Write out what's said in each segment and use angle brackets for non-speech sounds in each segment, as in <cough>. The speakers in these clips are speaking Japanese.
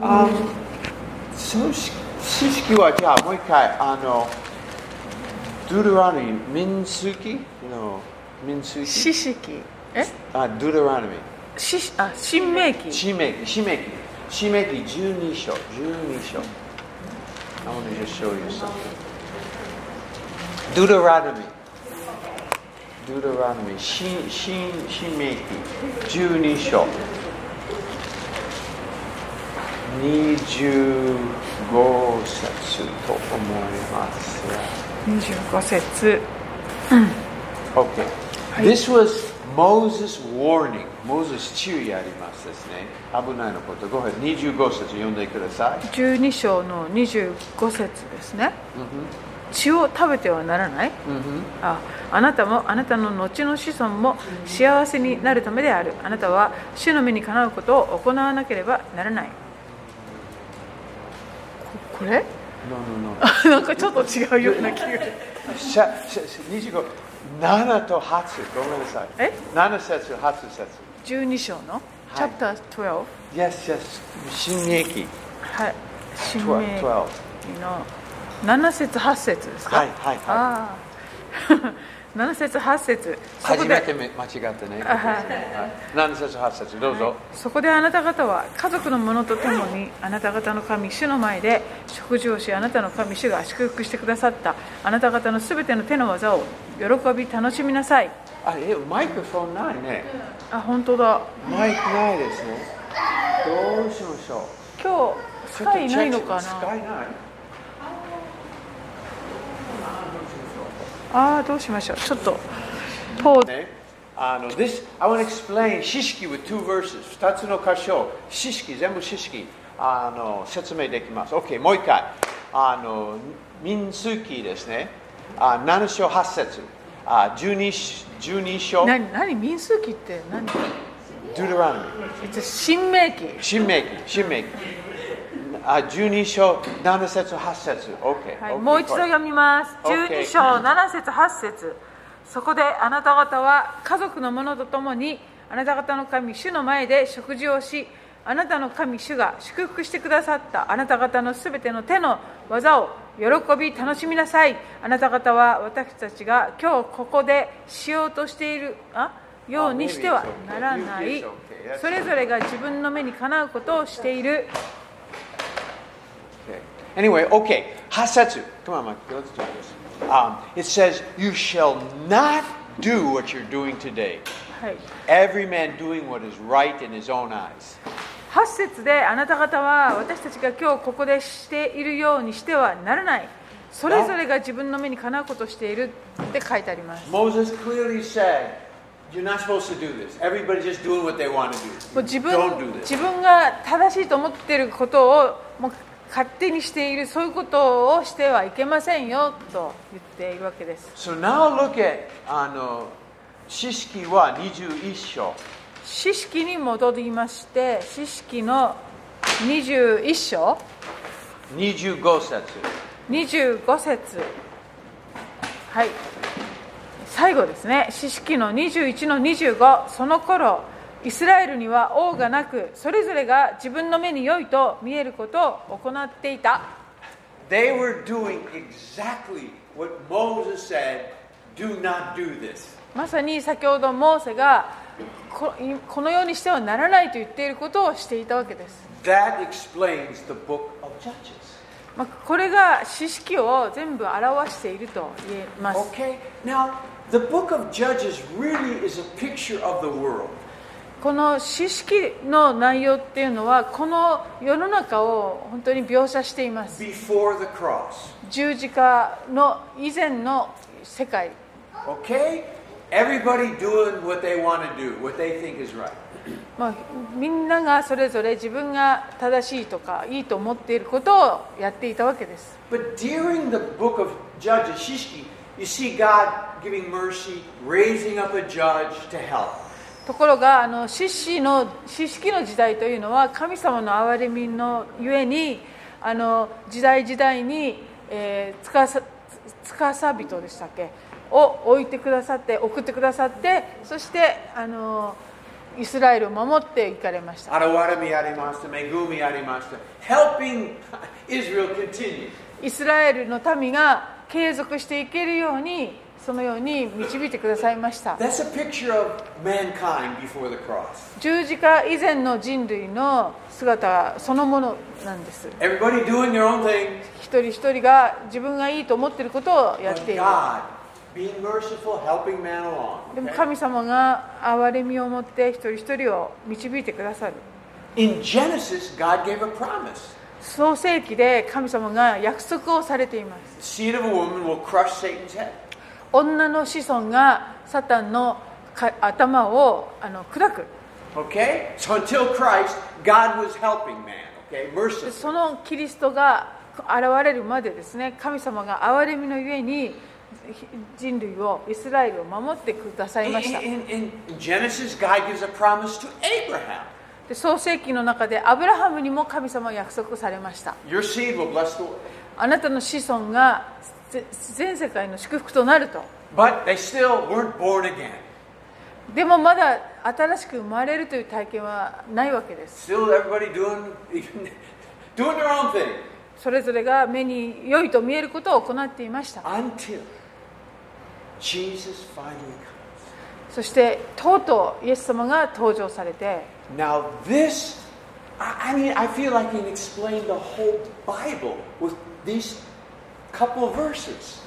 あそのし知識はじゃあもう一回、あの、ドゥルラミ、民数記の民数記四式えあ、ドゥルラミ、しあ新明記使命記、使命記、使命記12章、12章。I want to just show you something. Deuteronomy. Deuteronomy. 新新新命記12章。25節と思います。 25節 Okay. This was Moses' warning. Moses 注意ありますですね。危ないのこと。ごめん、25節読んでください。 12章の25節ですね、血を食べてはならない、ああなたもあなたの後の子孫も幸せになるためであるあなたは主の目にかなうことを行わなければならないここれ No, no, no. なんかちょっと違うような気が <laughs> しゃしゃしゃ25 7と8ごめんなさいえ7節8節12章の、いチャプター12 Yes, yes 新駅はい新明記 12, 12の7節8節ですかはいはいはあ <laughs> あ7節8い節そこ初でめてめ間違ったね、あはいはい、7節8節どうぞ、そこであなた方は家族の者と共にあなた方の神主の前で食事をしあなたの神主が祝福してくださったあなた方のすべての手の技を喜び楽しみなさいあれマイクフォンないねあ本当だマイクないですねどうしましょう今日スカイないのかなちょっとチェックスカイないああどうしましょうちょっとポーズ Okay. あの this, I want to explain 四式 with two verses 二つの箇所四式全部四式あの説明できます OK もう一回あの民数記ですねあ7章8節あ 12, し12章何何民数記って何 Deuteronomy えっと新明記新明記新明記あ12章7節8節 OK、はい、 OK もう一度読みます。 Okay. 12章7節8節そこであなた方は家族の者と共にあなた方の神主の前で食事をしあなたの神主が祝福してくださったあなた方のすべての手の技を喜び楽しみなさいあなた方は私たちが今日ここでしようとしているあようにしてはならな Maybe it's okay. Maybe い it's okay. That's それぞれが自分の目にかなうことをしている Okay. Anyway, okay. Hasetsu. Come on, Mike. Let's do this. Um, it says, You shall not do what you're doing today. はい Every man doing what is right in his own eyes. 8節であなた方は私たちが今日ここでしているようにしてはならないそれぞれが自分の目にかなうことをしているって書いてあります Moses clearly said, You're not supposed to do this. Everybody's just doing what they want to do. もう自 Don't do 分 this. 自分が正しいと思っていることをもう勝手にしているそういうことをしてはいけませんよと言っているわけです So now look at ano, Shishiki wa 21章.四式に戻りまして四式の21章25節. 25節はい最後ですね四式の21の25その頃イスラエルには王がなくそれぞれが自分の目に良いと見えることを行っていた They were doing exactly what Moses said, do not do this. まさに先ほどモーセがここのようにしてはならないと言っていることをしていたわけです、 That explains the book of Judges. まあ、これが四式を全部表していると言えます Okay? Now, the book of Judges really is a picture of the world. この四式の内容っていうのはこの世の中を本当に描写しています Before the cross. 十字架の以前の世界 Okay? Everybody doing what they want to do, what they think is right. まあみんながそれぞれ自分が正しいとかいいと思っていることをやっていたわけです But during the book of Judges, Shishki, you see God giving mercy, raising up a judge to help. ところがあの獅子の獅式の時代というのは神様の憐れみのゆえにあの時代時代に、えー、つかさつかさ人でしたっけを置いてくださって送ってくださってそしてあのイスラエルを守っていかれました。現れみありました、恵みありました。Helping Israel continue. イスラエルの民が継続していけるように、そのように導いてくださいました。 That's a picture of mankind before the cross. 十字架以前の人類の姿そのものなんです。 Everybody doing their own thing, 一人一人が自分がいいと思っていることをやっ but ている。 God being merciful, helping man along. でも okay? 神様が憐れみを持って一人一人を導いてくださる。 In Genesis, God gave a promise. 創世記で神様が約束をされています The seed of a woman will crush Satan's head. 女の子孫がサタンのか頭をあの砕く Okay? So until Christ, God was helping man. Okay? で Merciful. そのキリストが現れるまでですね神様が憐れみのゆえにひ人類をイスラエルを守ってください In, ました in, in in Genesis, God gives a promise to Abraham. で創世記の中でアブラハムにも神様は約束されました Your seed will bless the world. あなたの子孫がぜ全世界の祝福となると But they still weren't born again. でもまだ新しく生まれるという体験はないわけです Still, everybody doing <laughs> doing their own thing それぞれが目に良いと見えることを行っていました until Jesus finally comes. そしてとうとうイエス様が登場されて Now, this, I, I mean, I feel like I can explain the whole Bible with these couple of verses.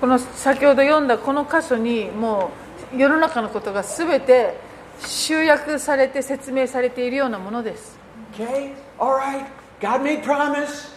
この先ほど読んだこの箇所にもう世の中のことが全て集約されて説明されているようなものです Okay? All right. God made promise.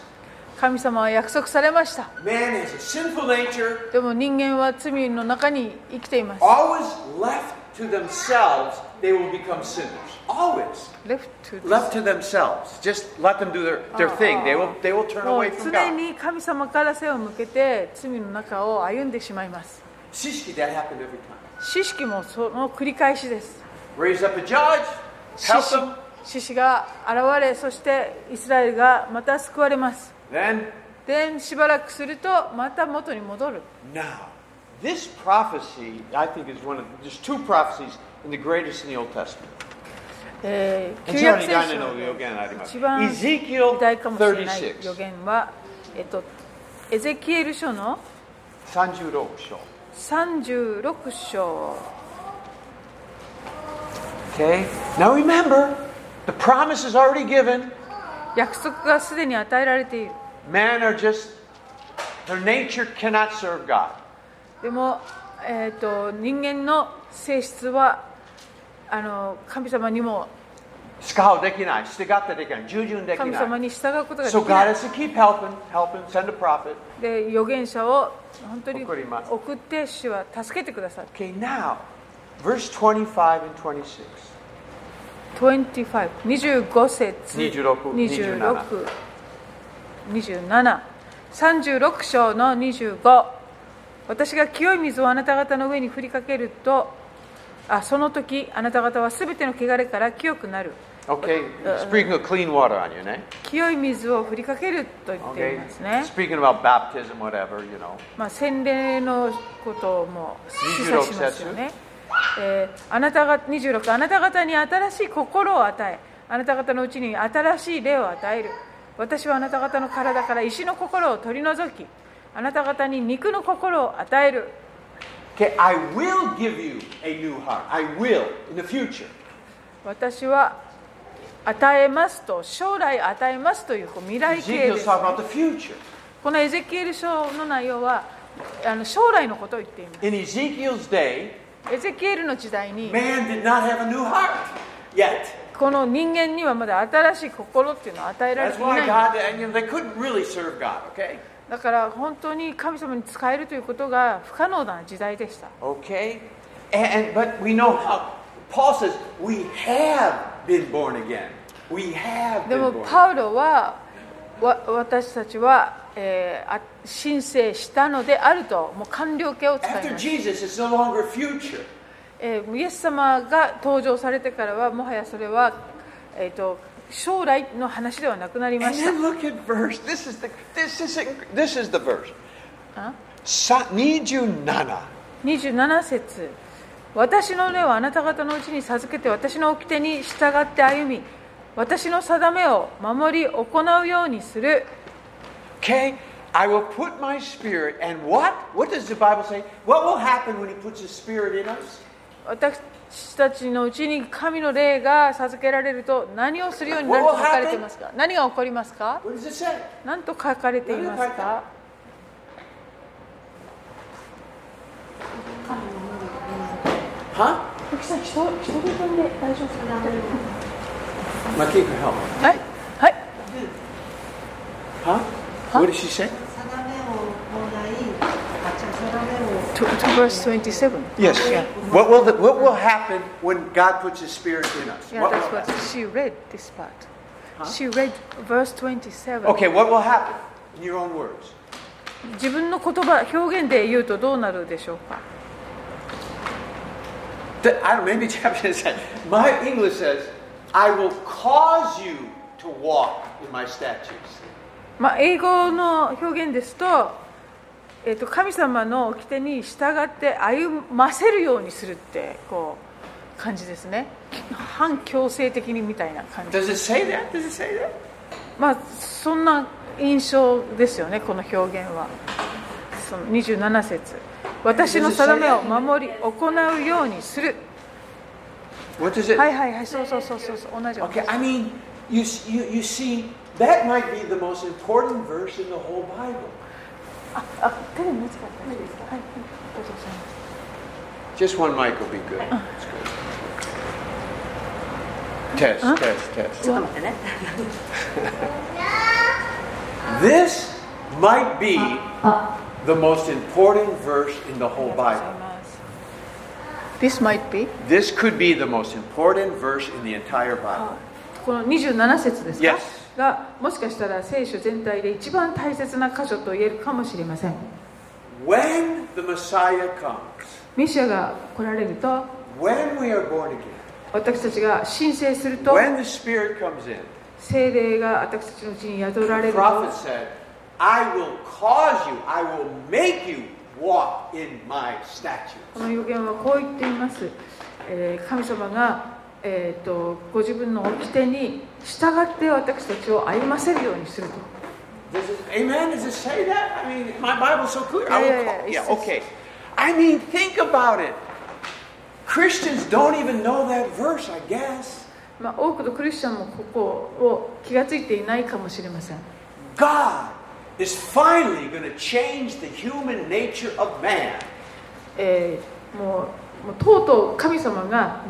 神様は約束されました Man has a sinful nature, でも人間は罪の中に生きています always left to themselves, they will become sinners. Always. Left to the- Left to themselves. Just let them do their, their Oh, thing. oh, They oh. will they will turn もう away from 常 God. に神様から背を向けて罪の中を歩んでしまいます Shishki, that happened every time. 知識もその繰り返しです Raise up a judge, 獅 help 子 them, 獅子が現れそしてイスラエルがまた救われます then でしばらくするとまた元に戻る now. This prophecy, I think, is one of there's two prophecies in the greatest in the Old Testament. えー And 旧 she 約 already 聖 got into 書の the again, I 一 remember. 番 Ezekiel 偉大かもしれない予 36. 言は、えっと、エゼキエル書の36章。 36章 Okay? Now remember, the promise is already given. 約束がすでに与えられている Man are just, their nature cannot serve God. でも、えー、と人間の性質はあの神様にも使うできない、従って神様できない、従順できない。に従うことができ So な God い has to keep helping, helping, send a prophet. で預言者を本当に送ります送って主は助けてくださる Okay, now, verse 25 and 26. 25節26 26 27 36章の25私が清い水をあなた方の上に振りかけるとあその時あなた方はすべての汚れから清くなる Okay, speaking of Uh, clean water on you, ne? 清い水を振りかけると言ってい Okay, ますね、 speaking about baptism, whatever, you know. まあ、洗礼のことをも示唆しますよね、えーあなたが26あなた方に新しい心を与えあなた方のうちに新しい霊を与える私はあなた方の体から石の心を取り除きあなた方に肉の心を与える Okay, I will give you a new heart. I will, in the future. 私は与えますと将来与えますというこう未来形で Ezekiel's す talking about the future. このエゼキエル書の内容はあの将来のことを言っていま In Ezekiel's day, すエゼキエルの時代に man did not have a new heart yet. この人間にはまだ新しい心っていうのを与えられ That's ていな why い God, and, you know, they couldn't really serve God, okay? だから本当に神様に使えるということが不可能な時代でした Okay? And, and- but we know how Paul says we have been born again. We have で been も born パウロはわ私たちは、えーあ申請したのであるともう官僚形を使 again. After いました、 Jesus, it's no longer future. えーイエス様が登場されてからはもはやそれは、えー、と将来の話ではなくなりま And した then look at verse. This is the this is inc- this is the verse. あ Sa- 27. 27節私の霊をあなた方のうちに授けて私の掟に従って歩み私の定めを守り行うようにする Okay? I will put my spirit, and what? What does the Bible say? What will happen when He puts His spirit in us? 私たちのうちに神の霊が授けられると何をするようになると書かれていますか何が起こりますか What does it say? 何と書かれていますか神の能力で Huh? 時さん一人分で大丈夫それは Matika, help me. はいはい Huh? What did she say? 定めをもらい、あ違う定めを to, to verse 27 Yes. Yeah. What will the, what will happen when God puts His Spirit in us? yeah What that's will what she read this part she read verse 27 happen? Okay, what will happen? In your own words. 自分の言葉表現で言うとどうなるでしょうか Th- I don't. Maybe <laughs> Japanese said. My English says, "I will cause you to walk in my statutes." まあ、英語の表現ですと,、えっと神様の掟に従って歩ませるようにするってこう感じですね反強制的にみたいな感じ Does it say that? Does it say that? まあそんな印象ですよねこの表現はその27節私の定めを守り行うようにする What does it? はいはいはいそうそうそうそうそう同じ同じ Okay, I mean, you, s- you, you see, that might be the most important verse in the whol Bible. あ手で持つから大丈夫ですかはいはいありがとうございます Just one mic will be good. It's good. Test, test, test. ちょっと待ってね。 <laughs> This might be the most important verse in the あり whole がとうござい Bible. ます This might be This could be the most important verse in the entire Bible. この27節ですか、 Yes. がもしかしたら聖書全体で一番大切な箇所と言えるかもしれません When the Messiah comes, メシアが来られると when we are born again, 私たちが申請すると when the Spirit comes in, 聖霊が私たちのうちに宿られ the ると prophet said, I will cause you, I will make you walk in my statutes. この予言はこう言っています、えー神様が、えー、とご自分の掟に従って私たちを歩ませるようにすると Does it, amen? Does it say that? I mean, my Bible's so clear. I Yeah, will yeah, call- yeah. yeah, It's- it's- okay. I mean, think about it. Christians don't even know that verse, I guess. まあ、多くのクリスチャンもここを気がついていないかもしれません God is finally going to change the human nature of man. えーもうもうとうとう神様が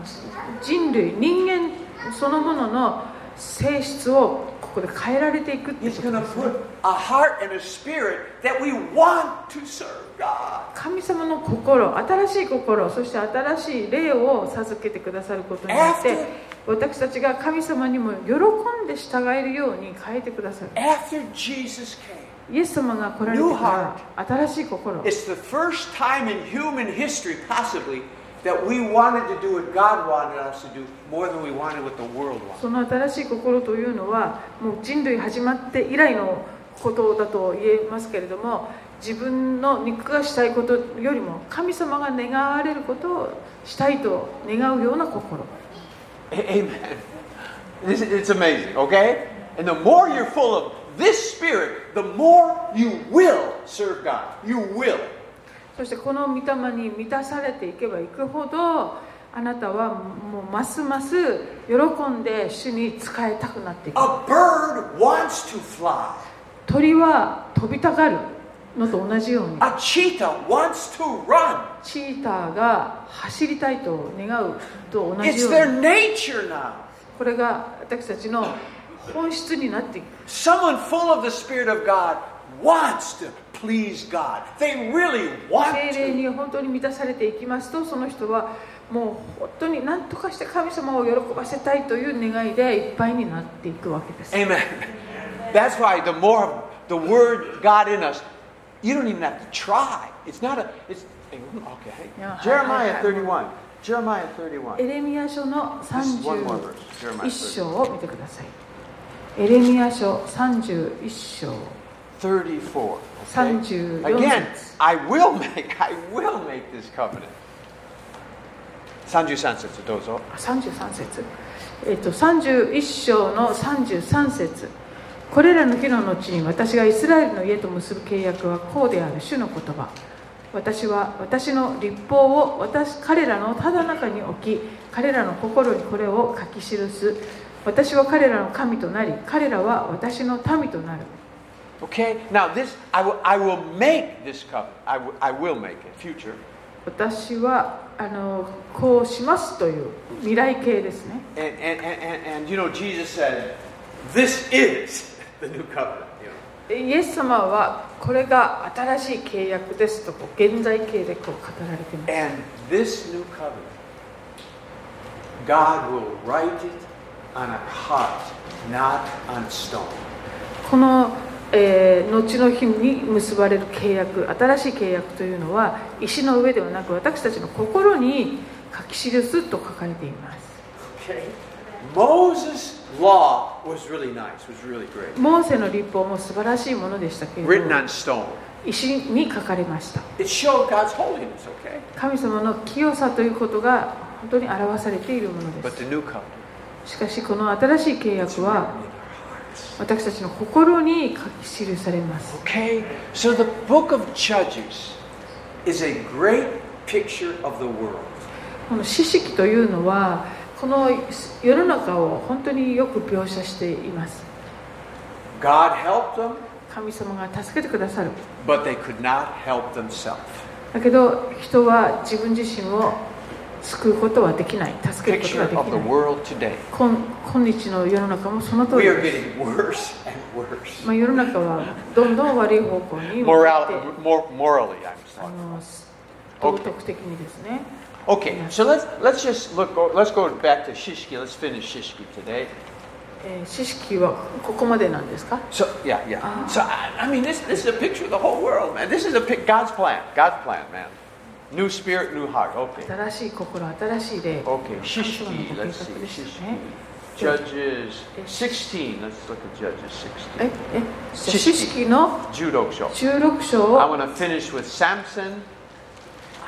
じ人類人間そのものの性質をここで変えられていくっていう He's こと going to ですね put a heart and a spirit that we want to serve God. 神様の心新しい心そして新しい霊を授けてくださることによって After- 私たちが神様にも喜んで従えるように変えてくださる After Jesus came, イエス様が来られてから新しい心 it's the first time in human history, possibly, that we wanted to do what God wanted us to do more than we wanted what the world wanted. その新しい心というのはもう人類始まって以来のことだと言えますけれども自分の肉がしたいことよりも神様が願われることをしたいと願うような心 A- Amen. This, it's amazing, okay? And the more you're full of this spirit, the more you will serve God. You will. そしてこの御霊に満たされていけばいくほどあなたはもうますます喜んで主に仕えたくなっていく A bird wants to fly, 鳥は飛びたがるのと同じように a cheetah wants to run. チーターが走りたいと願うと同じ It's よう their に nature now. これが私たちの本質になっていく Someone full of the Spirit of God wants to please God. They really want 精霊 to. に本当に満たされていきますとその人はもう本当に何とかして神様を喜ばせたいという願いでいっぱいになっていくわけです Amen. That's why the more of the Word God in us, you don't even have to try. It's not a. It's okay. Yeah, I- I- Jeremiah I- 31. Jeremiah エ 31. レミア書の This is one more 31 verse. Jeremiah 章を見てくださいエレミア書31章 34. Okay? Sanju, Again, Yosef. <laughs> I will make. I will make this covenant. 33節どうぞ33節、えっと31章の33節これらの日の後に私がイスラエルの家と結ぶ契約はこうである主の言葉私は私の立法を私彼らのただ中に置き彼らの心にこれを書き記す私は彼らの神となり彼らは私の民となる Okay, now this, I will, I will make this covenant. I will, I will make it, future. 私はあのこうしますという未来形ですね And, and, and, and, and you know, Jesus said, this is <laughs> the new covenant. You know. イエス様はこれが新しい契約ですとこう現在形でこう語られています And this new covenant, God will write it on our heart, not on stone. この、えー後の日に結ばれる契約新しい契約というのは石の上ではなく私たちの心に書き記すと書かれています Okay? Moses' law was really nice, was really great. モーセの立法も素晴らしいものでしたけれ Written ど on stone. 石に書かれました It showed God's holiness, okay? 神様の清さということが本当に表されているもので But the す new covenant, しかしこの新しい契 it's written 約 in は our hearts. 私たちの心に書き記されます Okay, so the book of Judges is a great picture of the world. この知識というのはこの世の中を本当によく描写しています God helped them, 神様が助けてくださる but they could not help themselves. だけど人は自分自身を救うことはできない助けること Picture はでき of the ない world today. 今今日の世の中もその通 We り are です、 getting worse and worse. まあ、世の中はどんどん悪い方向に向かって Moral, mor- morally, I'm あ sorry. の道徳的にですね Okay, so let's let's just look. Let's go back to Shishki. Let's finish Shishki today. えー知識はここまでなんですか So yeah, yeah. So I, I mean, this this is a picture of the whole world, man. This is a pic- God's plan. God's plan, man. New spirit, new heart. Okay. 新しい心新しい霊 Okay, 神様 Shishki, の let's ご計画 see, でした Shishki. ね Judges 16, let's look at Judges ええ 16. 知識の Judoksho. 16章 I を want to finish with Samson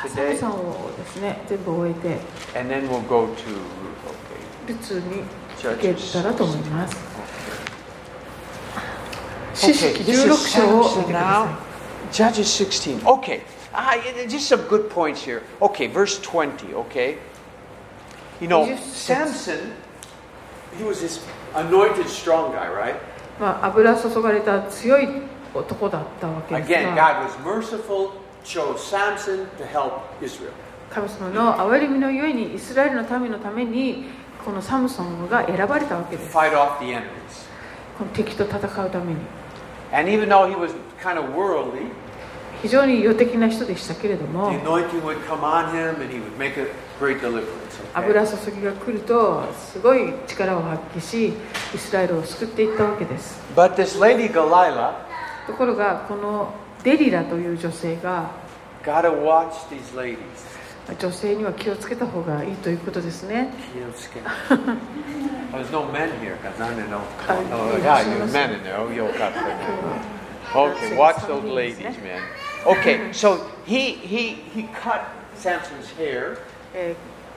サムさんをですね全部終えて and then we'll go to Ruth. Okay. ルツに行けたらと思います。知 Okay, 識 this 16 is 章を見 Samson てくださ now. Judges 16. Okay, ah, yeah, yeah, just some good points here. Okay, verse 20, okay? You know, 26. Samson, he was this anointed strong guy, right? い。まあ、油注がれた強い男だったわけです Again, が、 God was merciful, chose Samson to help Israel. 神様の憐れみのゆえにイスラエルの民のためにこのサムソンが選ばれたわけです。 fight off the enemies. この敵と戦うために And even though he was kind of worldly, 非常に世的な人でしたけれど the も、 anointing would come on him and he would make a great deliverance. okay? 油注ぎが来るとすごい力を発揮し、イスラエルを救っていったわけです。 But this lady Galila, ところがこのデリラという女性が gotta watch these ladies. 女性には気をつけた方がいいということですね <laughs> Oh, There's no men here, because I don't know. Oh, Oh, yeah, yeah, she you must- men in there. Oh, you'll <laughs> cut them. That's Okay, watch some those means, ladies, <laughs> eh? man. Okay, so he he he cut Samson's hair, えー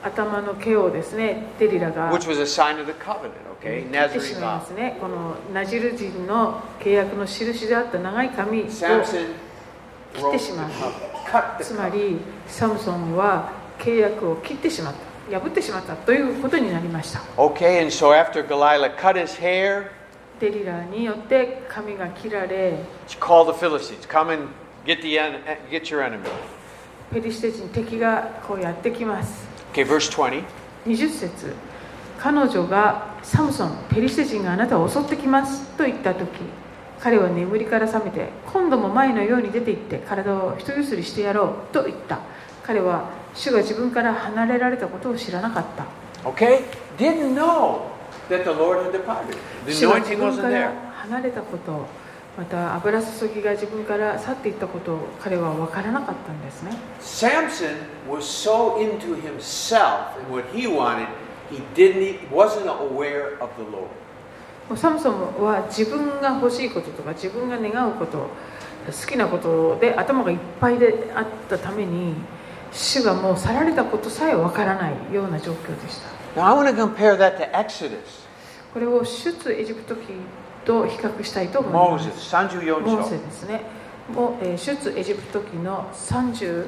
頭の毛をですねデリラが which was a sign of the covenant. Okay, 切ってし Nazarene まいま vow. すねこのナジル人の契約の印であった長い髪を Samson broke the 切ってしまう。 covenant, cut the つまりサムソンは契約を切ってしまった破ってしまったということになりました Okay, and so after Goliath cut his hair, デリラによって髪が切られ she called the Philistines, come and get, the en- get your enemy. ペリシテ人敵がこうやってきます Okay, verse 20. 20節彼女がサムソン、ペリシテ人があなたを襲ってきますと言った時彼は眠りから覚めて今度も前のように出て行って体を一ゆすりしてやろうと言った彼は主が自分から離れられたことを知らなかった Okay, didn't know that the Lord had departed. The 主が自 anointing 分 wasn't から there. 離れたことまた油注ぎが自分から去っていったことを彼は分からなかったんですね Samson was so into himself and what he wanted, he didn't he wasn't aware of the Lord. もうサムソンは自分が欲しいこととか自分が願うこと好きなことで頭がいっぱいであったために主がもう去られたことさえわからないような状況でした Now I want to compare that to Exodus. これを出エジプト記と比較したいと思います Moses, 34モー章セ。ですねもう、えー出エジプト記の34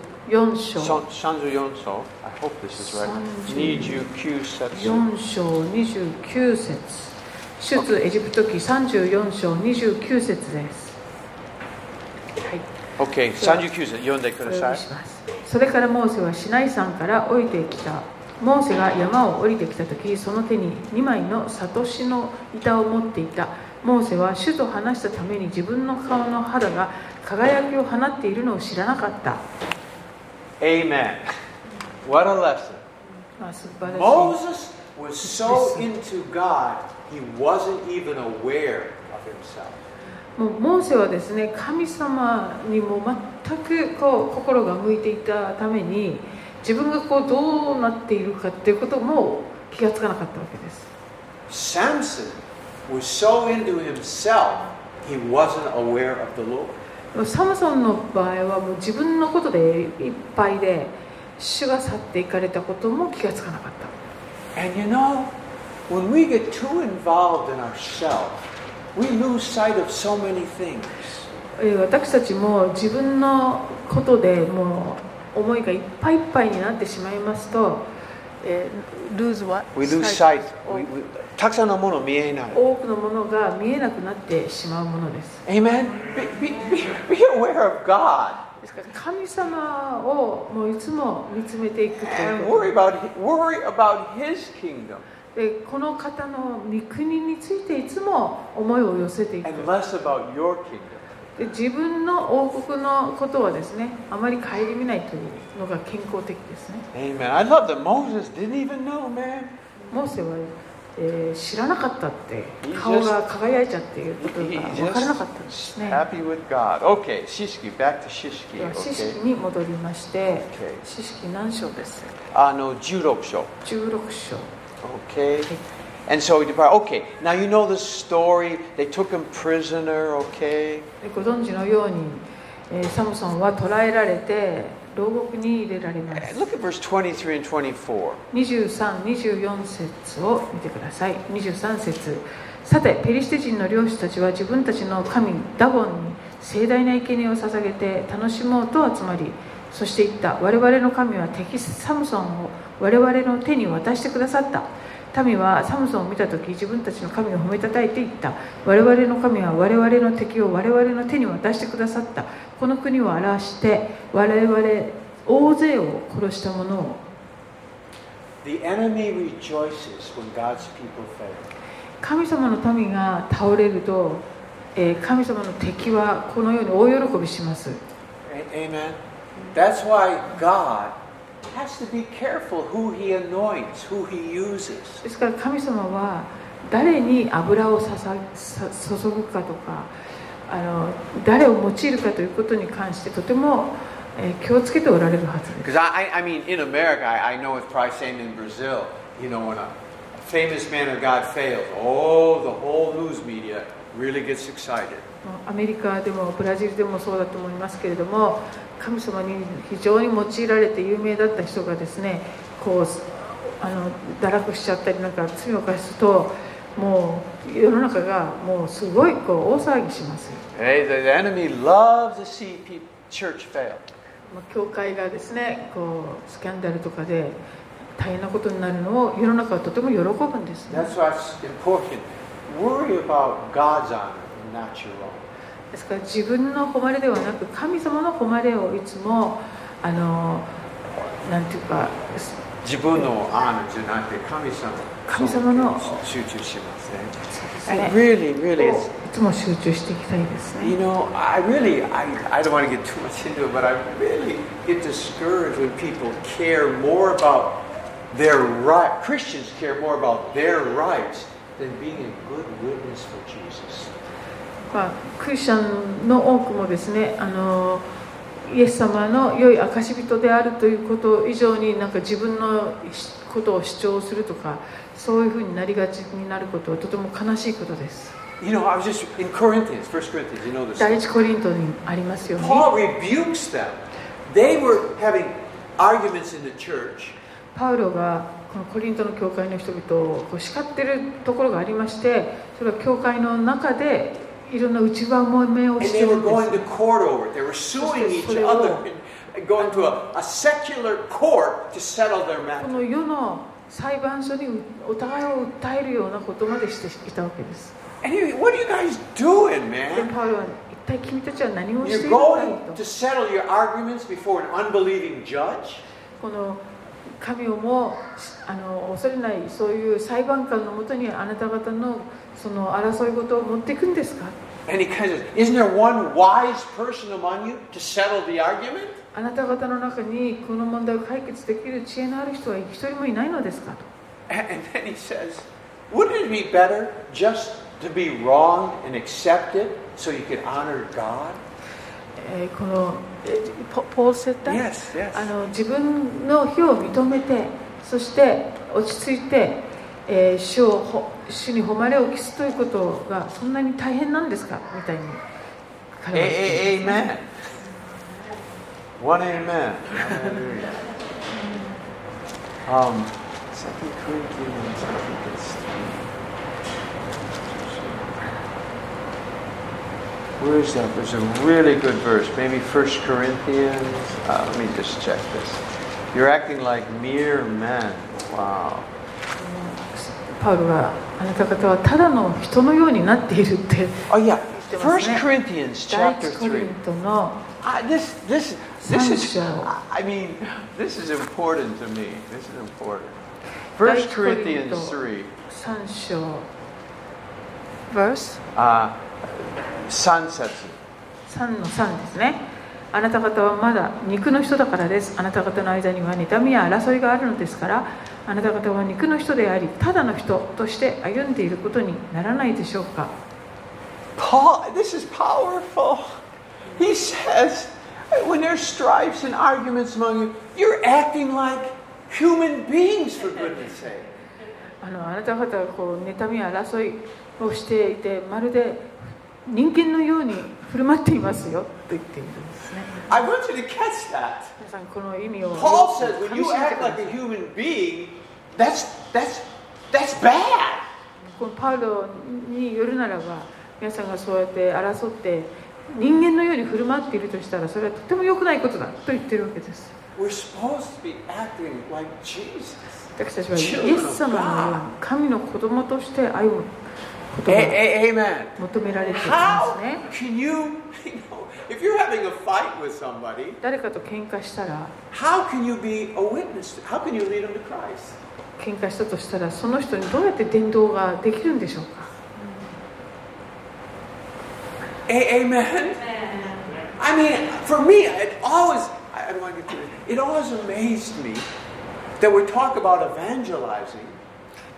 章そ34章。I hope this is right. 30 29節。 4章29節出エジプト記34章29節ですはい OK、39節。読んでくだおさ呼いび。しますそれからモーセはシナイ山から降りてきたモーセが山を降りてきた時その手に2枚のサトシの板を持っていたモーセは主と話したために自分の顔の肌が輝きを放っているのを知らなかった、 Amen. What a lesson. まあ、素晴らしい Moses was so into God, he wasn't even aware of himself. もうモーセはですね神様にも全くこう心が向いていたために自分がこうどうなっているかっていうことも気がつかなかったわけです Samson was so into himself, he wasn't aware of the Lord. サムソンの場合はもう自分のことでいっぱいで主が去っていかれたことも気がつかなかった And you know, when we get too involved in ourselves, we lose sight of so many things. えー私たちも自分のことでもう思いがいっぱいいっぱいになってしまいますと、えー lose what? We lose sight. We, we, たくさんのもの見えない。多くのものが見えなくなってしまうものです Amen. Be, be, be, be aware of God ですから神様をもういつも見つめていくとい and うこ worry about worry about His kingdom. とでこの方の御国についていつも思いを寄せていく and less about your kingdom. で自分の王国のことはですねあまり顧みないというのが健康的ですね Amen. I love that Moses didn't even know, man. モーセは、えー知らなかったっていいです顔が輝いちゃっている He, こと he が he 分からなかったんです just ね happy with God. Okay, Shishki, back to で Shishki. は知 Okay. 識に戻りまして Okay. 知識何章です Uh, no, Jurok show. 16章 Okay. And so he departed. Okay, now you know the story. They took him prisoner, okay? でご存知のように、えーサムソンは捕らえられて牢獄に入れられます Look at verse 23 and 24. 2324節を見てください23節さてペリシテ人の漁師たちは自分たちの神ダゴンに盛大な生贄を捧げて楽しもうと集まりそして言った我々の神は敵サムソンを我々の手に渡してくださった民はサムソンを見た時自分たちの神を褒めたたえていった我々の神は我々の敵を我々の手に渡してくださったこの国を表して我々大勢を殺した者を The enemy rejoices when God's people fail. 神様の民が倒れると、えー神様の敵はこのように大喜びします A- Amen. That's why God has to be careful who he anoints, who he uses. ですから神様は誰に油をさささ注ぐかとかあの誰を用いるかということに関してとても、えー気をつけておられるはずです Because I, I- I mean, in America, I, I know it's probably same in Brazil. You know, when a famous man of God fails, oh, the whole news media really gets excited. アメリカでもブラジルでもそうだと思いますけれども神様に非常に用いられて有名だった人がですねこうあの堕落しちゃったりなんか罪を犯すともう世の中がもうすごいこう大騒ぎします Hey, the, the enemy loves to see people, church fail. まあ教会がですねこうスキャンダルとかで大変なことになるのを世の中はとても喜ぶんですね That's why it's important. Worry about God's honor and not your own. ですから自分の誉れではなく神様の誉れをいつもあのなんていうか神様の- And really, really, い it's, つも集中していきたいですね You know, I really, I, I don't want to get too much into it, but I really get discouraged when people care more about their right. Christians care more about their rights than being a good witness for Jesus. まあ、クリスチャンの多くもですねあのイエス様の良い証人であるということ以上になんか自分のしことを主張するとかそういうふうになりがちになることはとても悲しいことです You know, I was just in Corinthians, First Corinthians. You know this. 第一コリントにありますように Paul rebukes them. They were having arguments in the church, パウロがこのコリントの教会の人々をこう叱ってるところがありましてそれは教会の中でいろんな内輪もめを and してい they る were んで going to す court over it. They were suing each other, and going to a, a secular court to settle their こ matter. の世の裁判所にお互いを訴えるようなことまでしていたわけです And he, what are you guys doing, で man? パウロは一体君たちは何をして You're いるのかい going と to settle your arguments before an unbelieving judge? この神をもあの恐れないそういう裁判官のもとにあなた方のその争い事を持っていくんですか And he kind of says, Isn't there one wise person among you to settle the argument? <laughs> あなた方の中にこの問題を解決できる知恵のある人は一人もいないのですかと And and then he says, Wouldn't it be better just to be wrong and accepted so you could honor God? えーこのえポポール・セッタ Yes, yes. あの自分の非を認めてそして落ち着いて、えー主をほ主に誉れを期すということがそんなに大変なんですかみたいに彼は言っています A- a- amen. One amen. Hallelujah. um, Second Corinthians, I think it's three. Where is that? There's a really good verse. Maybe First Corinthians. Uh, let me just check this. You're acting like mere men. Wow. パウロがあなた方はただの人のようになっているって Oh yeah. Still First isn't it? Corinthians 第 chapter 一コリ three. ントの I, this, this, this is. Sancho. I mean, this is important to me. This is important. First Dai Corinthians Corinto. three. 3章 verse Uh, sansetsu. 3の3ですねあなた方はまだ肉の人だからですあなた方の間には妬みや争いがあるのですからあなた方は肉の人でありただの人として歩んでいることにならないでしょうか Paul. This is powerful. He says, when there's stripes and arguments among you, you're acting like human beings for goodness' sake. あのあなた方はこう妬みや争いをしていてまるで人間のように振る舞っていますよと言っているんですね I want you to catch that. 皆さんこの意味を Paul says, 噛 when み you 締めて act くだ like さい a human being, that's that's that's bad. このパウロによるならば皆さんがそうやって争って人間のように振る舞っているとしたらそれはとても良くないことだと言ってるわけです We're supposed to be acting like Jesus. 私たちはイエス様のように神の子供として歩むことが A- a- amen. 求められていま How すね can you, <laughs> you know, if you're having a fight with somebody, 誰かと喧嘩したら how can you be a witness? How can you lead them to Christ? 喧嘩したとしたらその人にどうやって伝道ができるんでしょうか A- amen. I mean, for me, it always, I I don't want to get too, it always amazed me that we talk about evangelizing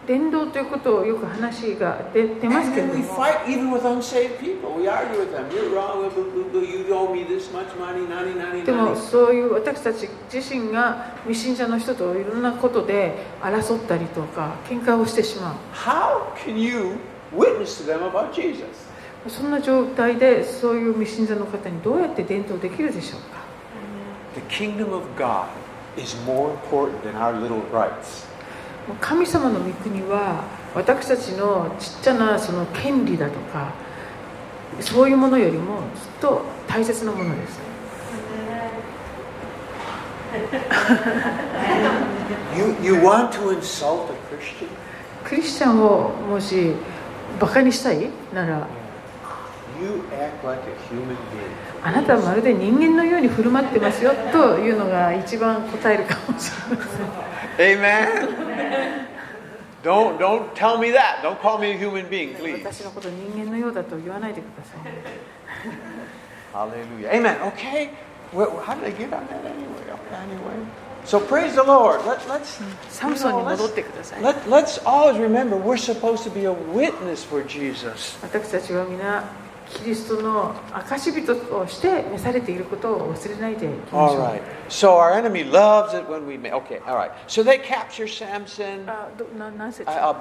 伝道ということをよく話が出てま and すけれ then ど we も fight even with unsaved people. We argue with them. You're wrong, blah, blah, blah, blah, you owe me this much money, nanny, nanny, でも nanny. そういう私たち自身が未信者の人といろんなことで争ったりとか喧嘩をしてしま How can you witness to them about Jesus? うそんな状態でそういう未信者の方にどうやって伝統できるでしょうか The kingdom of God is more important than our little rights. もう神様の御国は私たちのちっちゃなその権利だとかそういうものよりもずっと大切なものです You, you want to insult a Christian? クリスチャンをもしバカにしたいなら You act like a human being. あなたはまるで人間のように振る舞ってますよというのが一番答えるかもしれません Amen. don't don't tell me that. Don't call me a human being, please. 私のこと人間のようだと言わないでください Hallelujah. Amen. Okay. Well, how did I get on that anyway? Okay, Anyway. So praise the Lord. Let, let's サムソンに you know, 戻っ let's, てください let, let's always remember we're supposed to be a witness for Jesus. 私たちは皆キリストの証人として召されていることを忘れないでいきまし All ょう、 right. So our enemy loves it when we make. Okay. All right. So they capture Samson. あどな何節 I, uh,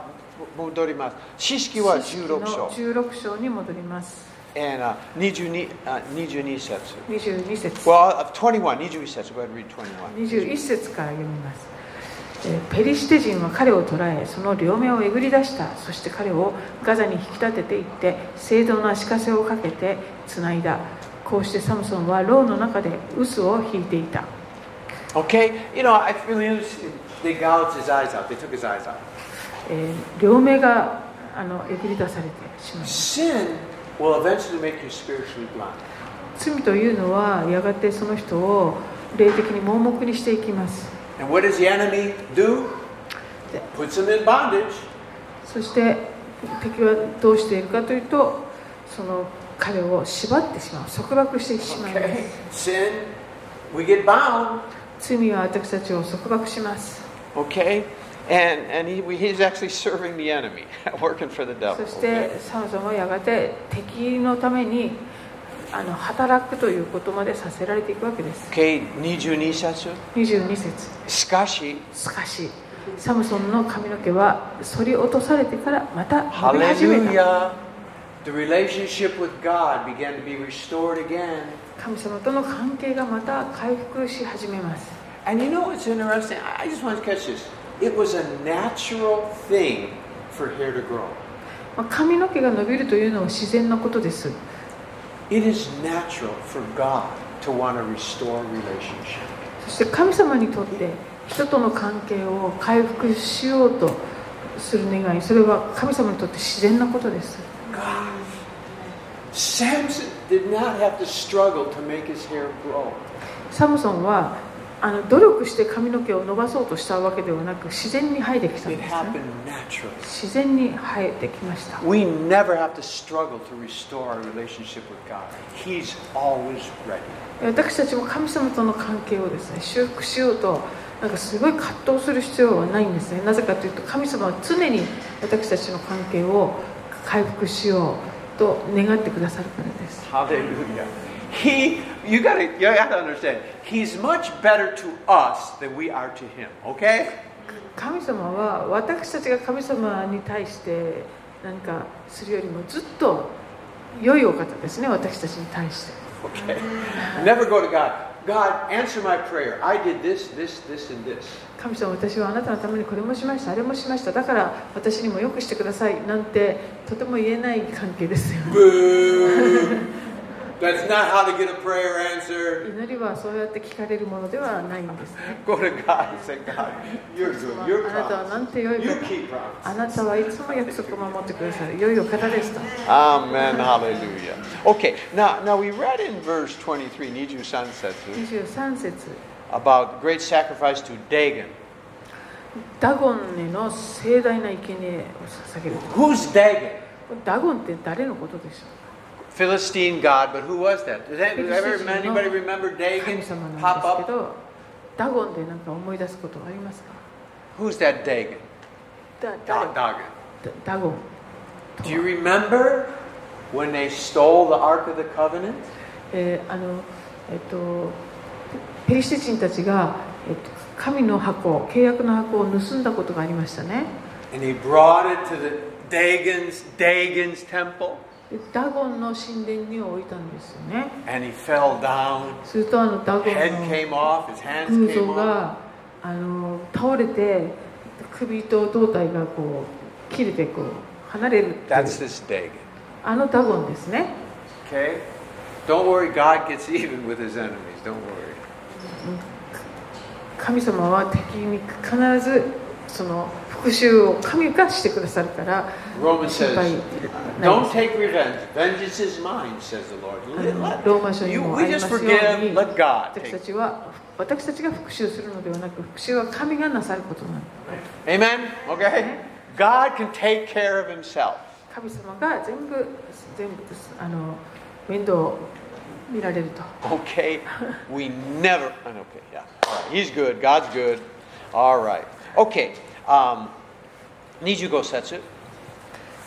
戻ります。知識は16章。 16章に戻ります and uh, 22, uh, 22節22節 Well, uh, 21, 21節. Go ahead and read 21. 21節から読みますえーペリシテ人は彼を捕らえその両目をえぐり出したそして彼をガザに引き立てていって正当な足かせをかけてつないだこうしてサムソンは牢の中で臼を引いていた Okay, you know, I really understand. They gouged his eyes out. They took his eyes out. えー両目があのえぐり出されてしまう Sin will eventually make you spiritually blind. 罪というのはやがてその人を霊的に盲目にしていきます And what does the enemy do? Yeah. Puts him in bondage. そして敵はどうしているかというとその彼を縛ってしまう束縛してしまいます Okay, <laughs> sin, we get bound. 罪は私たちを束縛します Okay, and and he, we, he's actually serving the enemy, <laughs> working for the devil. そしてサムソンはやがて敵のためにあの働くということまでさせられていくわけです Okay, 22節22節しかし、しかしサムソンの髪の毛は剃り落とされてからまた伸び始めた hallelujah, the relationship with God began to be restored again. 神様との関係がまた回復し始めます And you know what's interesting? I I just want to catch this. It was a natural thing for hair to grow. まあ髪の毛が伸びるというのは自然なことです It is natural for God to want to restore relationship. そして神様にとって人との関係を回復しようとする願いそれは神様にとって自然なことです God. Samson did not have to struggle to make his hair grow. サムソンはあの努力して髪の毛を伸ばそうとしたわけではなく自然に生えてきたん It です、ね、 happened naturally. 自然に生えてきました We never have to struggle to restore our relationship with God. He's always ready. 私たちも神様との関係をですね修復しようとなんかすごい葛藤する必要はないんですねなぜかというと神様は常に私たちの関係を回復しようと願ってくださるからです Hallelujah. He, you gotta, you gotta understand, he's much better to us than we are to him, okay? 神様は私たちが神様に対して何かするよりもずっと良いお方ですね私たちに対して Okay. Never go to God. God, answer my prayer. I did this, this, this, and this. 神様私はあなたのためにこれもしましたあれもしましただから私にもよくしてくださいなんてとても言えない関係ですよ Boo! That's not how to get a prayer answer. 祈りはそうやって聞かれるものではないんです <laughs> ね Go to God and say, God, you're good. あ You're なたはなん promised. て良い You 方 keep あ promise. なたはいつも約束を守ってくださる良いお方ですと Amen. Hallelujah. Okay. Now, now we read in verse 23, Niju Sansetsu, 23節 about great sacrifice to Dagon. ダゴンへの盛大な生贄を捧げる Who's Dagon? ダゴンって誰のことでしょう Philistine god, but who was that? Does that, ever, anybody remember 神 Dagon 様なんで pop す up? けどダゴンで何か思い出すことはありますか Who's that Dagon? だ Da- 誰だ Dagon. ダゴン Do you remember when they stole the Ark of the Covenant? えーあのえっとペリシテ人たちが、えっと、神の箱契約の箱を盗んだことがありましたね And they brought it to the Dagon's, Dagon's temple. でダゴンの神殿に置いたんですよね And he fell down. するとあのダゴン Head の came off, his hands 偶 came 像 off. があの倒れて首と胴体がこう切れてこう離れるっていう That's this Dagon. あのダゴンですね Okay? Don't worry, God gets even with his enemies. Don't worry. 神様は敵に必ずその復讐を神がしてくださるから Romans 心 says, 配ないで Don't す take revenge. Vengeance is mine, says the Lord. あ Let, の let- ローマ書に you, もあ we りま just すよう forgive, に let God 私 take. たちは私たちが復讐するのではなく復讐は神がなさることなんだ Amen? Okay? God can take care of himself. 神様が全部全部あの面倒を見られると Okay? We never. and Okay, yeah. All right. He's good. God's good. All right. Okay. Um, 25節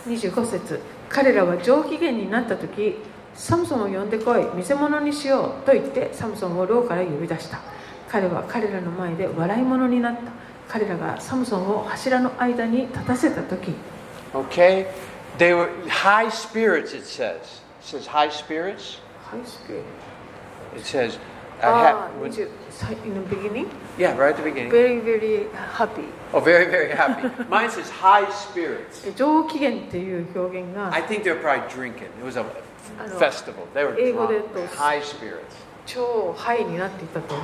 25節彼らは上機嫌になった時サムソンを呼んでこい見せ物にしようと言ってサムソンを牢から呼び出した彼は彼らの前で笑い者になった彼らがサムソンを柱の間に立たせた時 Okay? They were high spirits, it says. says high spirits. ハイスクール。 It says, I ha- ああ、 when- 20 in the beginning? yeah, right at the beginning. Very, very happy. Oh, very, very happy. Mine says high spirits. 上機嫌っていう表現 I が think they were probably drinking. It was a あの festival. They were drunk. 英語で言うと- High spirits. 超ハイになっていたと。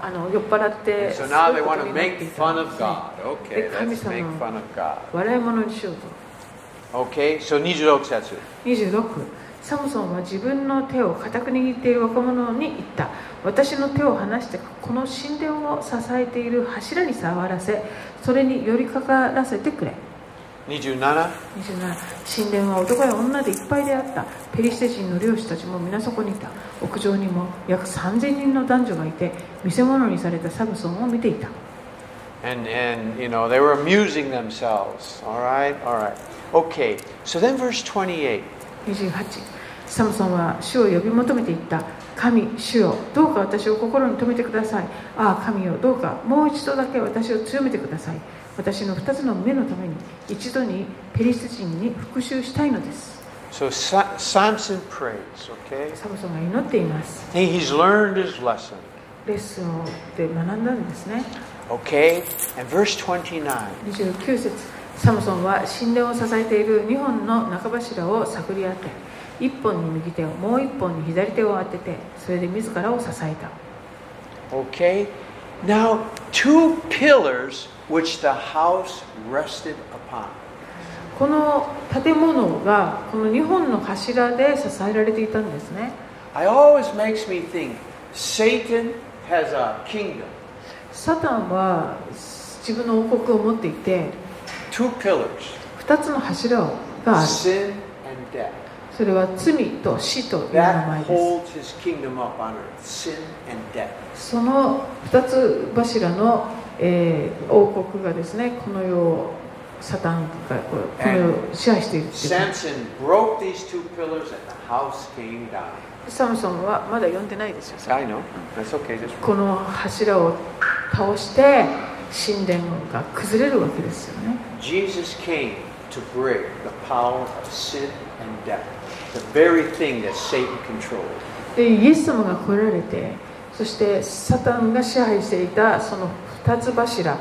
あの酔っ払って And す so ごい now they こ want と to になっ make ていた fun of God. Okay, let's make fun of God. 笑い物にしようと。 Okay, so 26節。 26サムソンは自分の手を固く握っている若者に言った私の手を離してこの神殿を支えている柱に触らせそれに寄りかからせてくれ27。 27神殿は男や女でいっぱいであったペリシテ人の漁師たちも皆そこにいた屋上にも約3000人の男女がいて見せ物にされたサムソンを見ていた And, and, you know, they were amusing themselves. All right, all right. Okay, so then verse 28. 28サムソンは主を呼び求めていった神主よどうか私を心に留めてくださいああ神よどうかもう一度だけ私を強めてください私の二つの目のために一度にペリシテ人に復讐したいのです So Sa- Samson prays, okay? サムソンが祈っています He, he's learned his lesson, レッスンをで学んだんですね okay? And verse 29. 29節サムソンは神殿を支えている2本の中柱を探り当て1本に右手をもう1本に左手を当ててそれで自らを支えた Okay? Now, two pillars which the house rested upon. この建物がこの2本の柱で支えられていたんですね It always makes me think Satan has a kingdom, サタンは自分の王国を持っていて two pillars 2つの柱がある sin and death. それは罪と死という名 That 前で holds his kingdom up on earth sin and death. すその2つ柱の、えー王国がですねこの世をサタンがここの世を支配しているっていう Samson broke these two pillars and the house came down. サムソンはまだ読んでないですよ I know. That's okay. Just この柱を倒して神殿が崩れるわけですよね Jesus came to break the power of sin and death, the very thing that Satan controlled. でイエス様が来られてそしてサタンが支配していたその2つ柱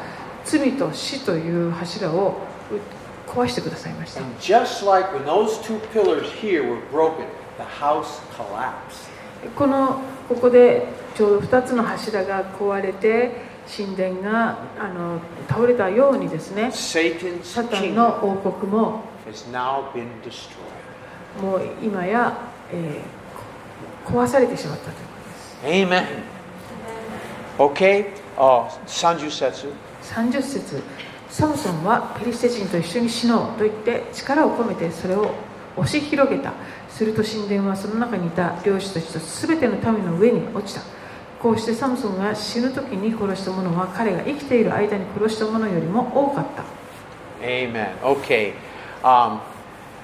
罪と死という柱をう壊してくださいました And just like when those two pillars here were broken, the house collapsed. このここでちょうど2つの柱が壊れて神殿があの倒れたようにですね Satan's サタン kingdom の王国も has now been destroyed. もう今や、えーこ壊されてしまったということです Amen. Okay. Oh, Sanju Setsu. 30節サムソンはペリシテ人と一緒に死のうと言って力を込めてそれを押し広げたすると神殿はその中にいた漁師たちと全ての民の上に落ちたこうしてサムソンが死ぬ時に殺した者は彼が生きている間に殺した者よりも多かった Amen. Okay. Um,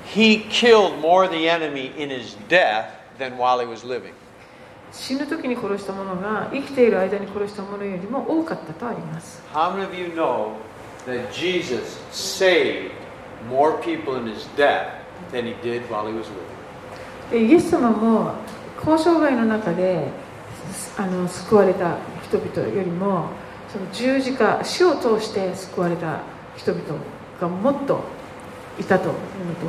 he killed more of the enemy in his death than while he was living. 死ぬ時に殺した者が生きている間に殺した者よりも多かったとあります How many of you know that Jesus saved more people in his death than he did while he was living? でイエス様も交渉外の中ですあの救われた人々よりもその十字架死を通して救われた人々がもっといたというの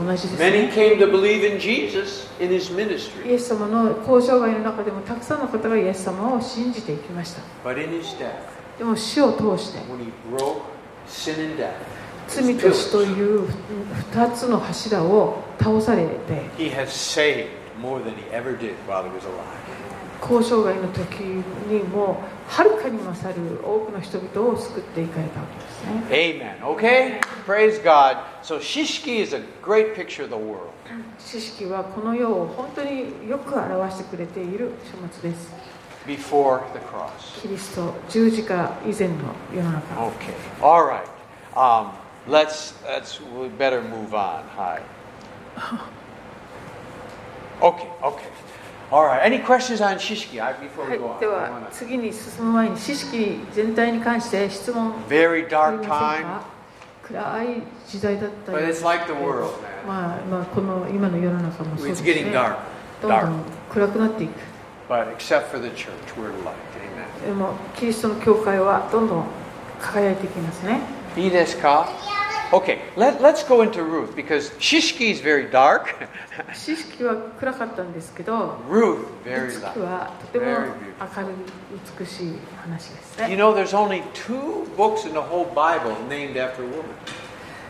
と同じです、 Many ね、 came to believe in Jesus in his ministry, イエス様の交渉外の中でもたくさんの方がイエス様を信じていきました but in his death, でも死を通して when he broke sin and death, 罪と死という2つの柱を倒されて he has saved more than he ever did while he was alive. 交渉外の時にもはるかに勝る多くの人々を救っていかれたわけですね Amen. Okay? Praise God. So Shishki is a great picture of the world. 知識はこの世を本当によく表してくれている書物です。 before the cross. キリスト十字架以前の世の中。 Okay. All right. Um, let's let's we better move on. Hi. Okay. Okay. All right. Any questions on Shishki? I, before は we go い、 on. で I は wanna- 次に進む前に知識全体に関して質問あり Very ませ dark time, んか暗い時代だった but り it's like the world, man. まあまあこの今の世の中もそうで It's す getting ね dark. どんど dark. ん暗くなっていく But except for the church, we're light. Amen. でもキリストの教会はどんどん輝いていきますね Be this ka? Okay, let, let's go into Ruth because Shishki is very dark, <laughs> 知識は暗かったんですけど Ruth 美 very し light. くはとても Very 明 beautiful. るい美しい話です You ね、 know, there's only two books in the whole Bible named after women.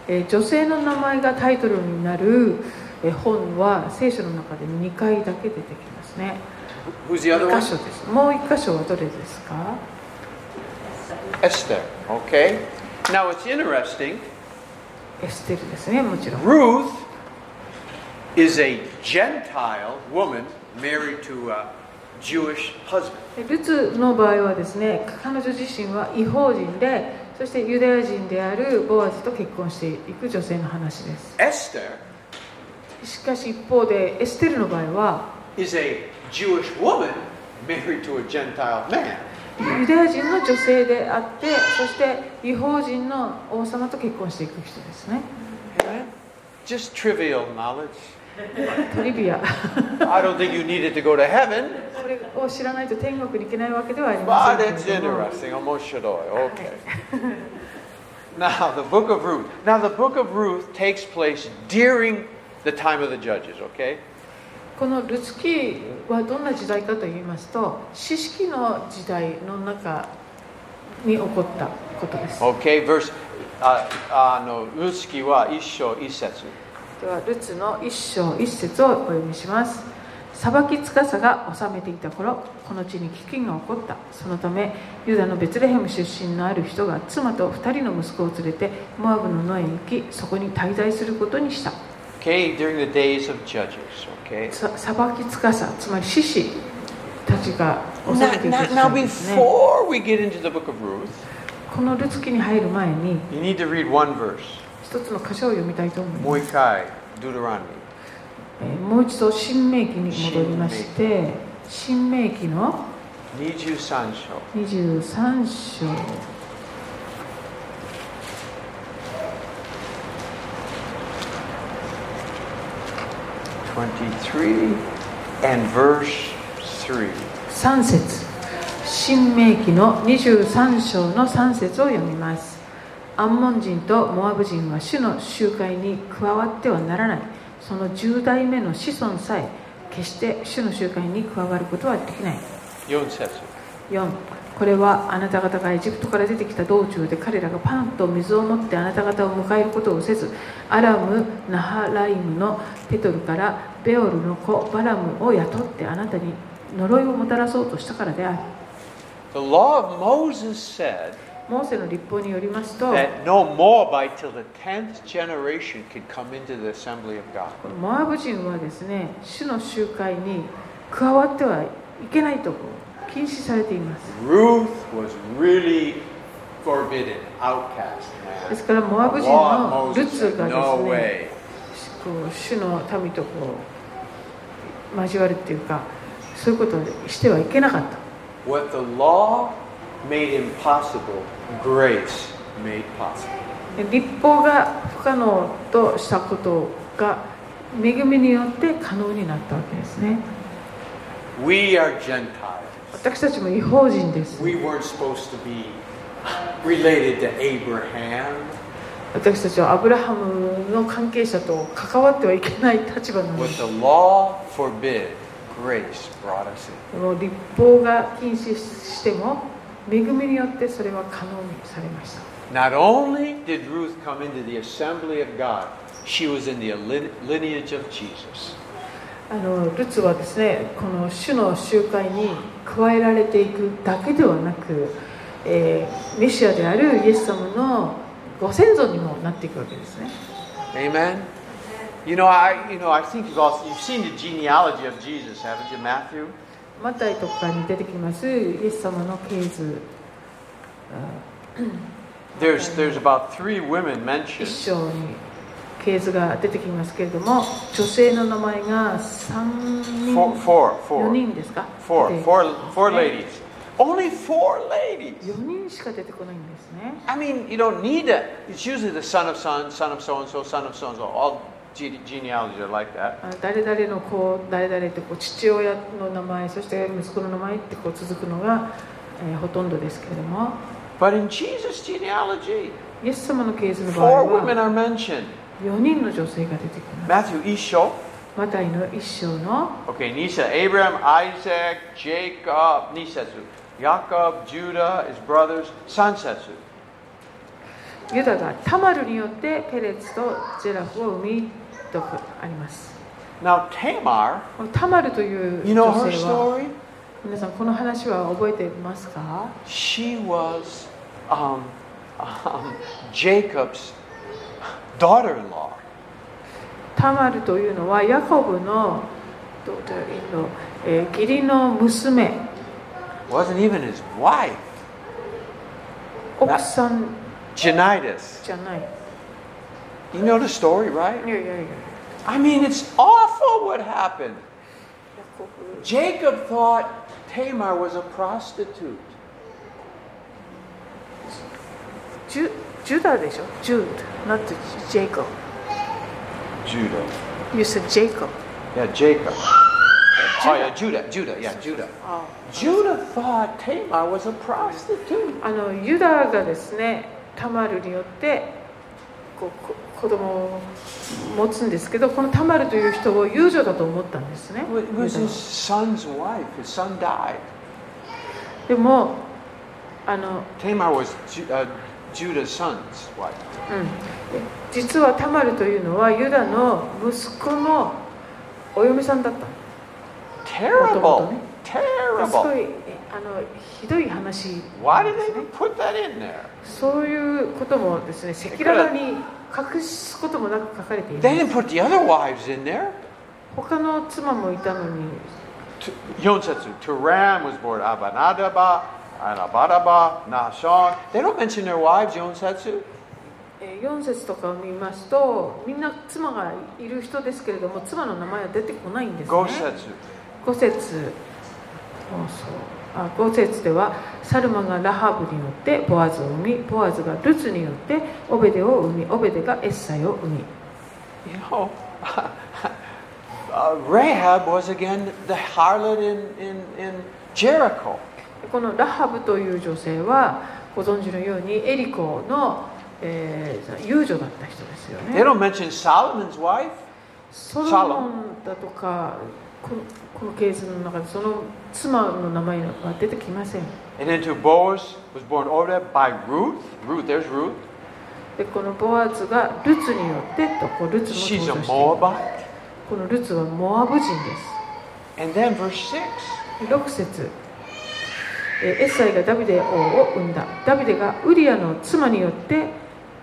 えー女性の名前がタイトルになるえー本は聖書の中で2回だけ出てきますね Who's the other 1 one? 箇所ですもう1箇所はどれですか Esther. Okay. Now it's interesting. エステルですねもちろん Ruth is a Gentile woman married to a Jewish husband. ルツの場合はですね彼女自身は違法人でそしてユダヤ人であるボアズと結婚していく女性の話です Esther しかし一方でエステルの場合は is a Jewish woman married to a Gentile man. ユダヤ人の女性であってそして違法人の王様と結婚していく人ですね Amen. Just trivial knowledge. トリビア I don't think you need it to go to heaven, これを知らないと天国に行けないわけではあり but ません it's けれども interesting. Omoshiroi. Okay. Now, the book of Ruth. Now, the book of Ruth takes place during the time of the judges, okay? このルツキはどんな時代かと言いますと四式の時代の中に起こったことです Okay, verse. Uh, uh, no, Rutsuki wa isho isetsu. ではルツの一章一節をお読みします裁きつかさが治めていた頃この地に飢饉が起こったそのためユダのベツレヘム出身のある人が妻と2人の息子を連れてモアブの野へ行きそこに滞在することにした Okay, during the days of judges. Okay. さ裁きつかさつまり獅子たちが治め Now, ていた now, 時 now 代ですね before we get into the book of Ruth, このルツ記に入る前に you need to read one verse. 一つの箇所を読みたいと思います Moikai, Deuteronomy. えーもう一度新明記に戻りまして新明記の Niju Sancho. 23章23 and verse 3. 3節新明記の23章の3節を読みますアンモン人とモアブ人は主の集会に加わってはならないその10代目の子孫さえ決して主の集会に加わることはできない Yonsetsu. 4これはあなた方がエジプトから出てきた道中で彼らがパンと水を持ってあなた方を迎えることをせずアラム・ナハライムのペトルからベオルの子バラムを雇ってあなたに呪いをもたらそうとしたからである The law of Moses said モーセの立法によりますと that no Moabite till the 10th generation could come into the assembly of God. モアブ人はですね主の集会に加わってはいけないと禁止されています Ruth was really forbidden, outcast. で Man. すからモアブ The 人 law の of ル Moses ツ said, がで no すね way. こう主の民とこう交わるっていうかそういうことをしてはいけなかった What the law made impossible, grace made possible. で立法が不可能としたことが恵みによって可能になったわけですね We are Gentiles. 私たちも違法人です We weren't supposed to be related to Abraham. 私たちはアブラハムの関係者と関わってはいけない立場なの What で the law forbid, grace brought us in. この立法が禁止しても恵みによってそれは可能にされました Not only did Ruth come into the assembly of God, she was in the lin- lineage of Jesus. あのルツはですねこの主の集会に加えられていくだけではなく、えーメシアであるイエス様のご先祖にもなっていくわけですね Amen. You know, I you know I think you've all you've seen the genealogy of Jesus, haven't you, Matthew? マタイとかに出てきますイエス様の系図 There's there's about three women 一 mentioned. 章に系図が出てきますけれども女性の名前が3 Four, 人 four, 4 four, 人ですか four, で four, four ladies. Only four ladies. 4人しか出てこないんですね I mean, you don't need that. It's usually the son of son, son of so and so, son of so and so, all Gene- genealogies are like that. あ誰々の子誰々ってこう父親の名前そして息子の名前ってこう続くのが、えーほとんどですけれども But in Jesus' genealogy, イエス様のケースの場 four 合 women は are mentioned 4人の女性が出てきます Matthew, Isho, マタイの一章の okay, Nisa, Abraham, Isaac, Jacob, Nisetsu, Jacob, Judah, his brothers, Sansetsu. ユダがタマルによってペレツとジェラフを生みとあります Now, Tamar, このタマルという you know her 女性は story? 皆さんこの話は覚えていますか She was um, um, Jacob's daughter in law. タマルというのはヤコブのどうだろうインドえー義理の娘 Wasn't even his wife. 奥さん Genitis. じゃない You know the story, い right? やいやいや I mean, it's awful what happened. ヤコブ Jacob thought Tamar was a prostitute. ジュジュダでしょジュード not Jacob Judah. you said Jacob Yeah, Jacob. Oh, yeah, Judah, Judah, yeah, Judah. Judah thought Tamar was a prostitute. あのユダがですねタマルによってこうこ子供を持つんですけどこのタマルという人を遊女だと思ったんですね It wa- it was ユダ his は son's wife. His son died. でもあの、うん、 Tamar was Ju- uh, Judah's son's wife. 実はタマルというのはユダの息子のお嫁さんだった Terrible. すご Terrible. いえあのひどい話なんです Why did they ね even put that in there? そういうこともですね赤裸々に隠すこともなく書かれてい They ま didn't put す the other wives in there. 他の妻もいたのに T- Yonsetsu, Turam was born Abanadaba, Anabadaba, Nahshon. They don't mention their wives, Yonsetsu. えー4節とかを見ますとみんな妻がいる人ですけれども妻の名前は出てこないんですね Gosetsu. 5節そうそうあ5節ではサルマがラハブによってボアズを生みボアズがルツによってオベデを生みオベデがエッサイを生み You know, <laughs> uh, Rahab was again the harlot in, in, in Jericho. このラハブという女性はご存知のようにエリコの、えー遊女だった人ですよ They ね don't mention Solomon's wife. ソロモンだとかこのこのケースの中でその妻の名前は出てきません And then to Boaz was born Oreb by Ruth. Ruth, there's Ruth. でこのボアズがルツによってとこうルツも She's a 登場して Moabite. このルツはモアブ人で And then verse 6. すで6節えーエッサイがダビデ王を産んだダビデがウリアの妻によって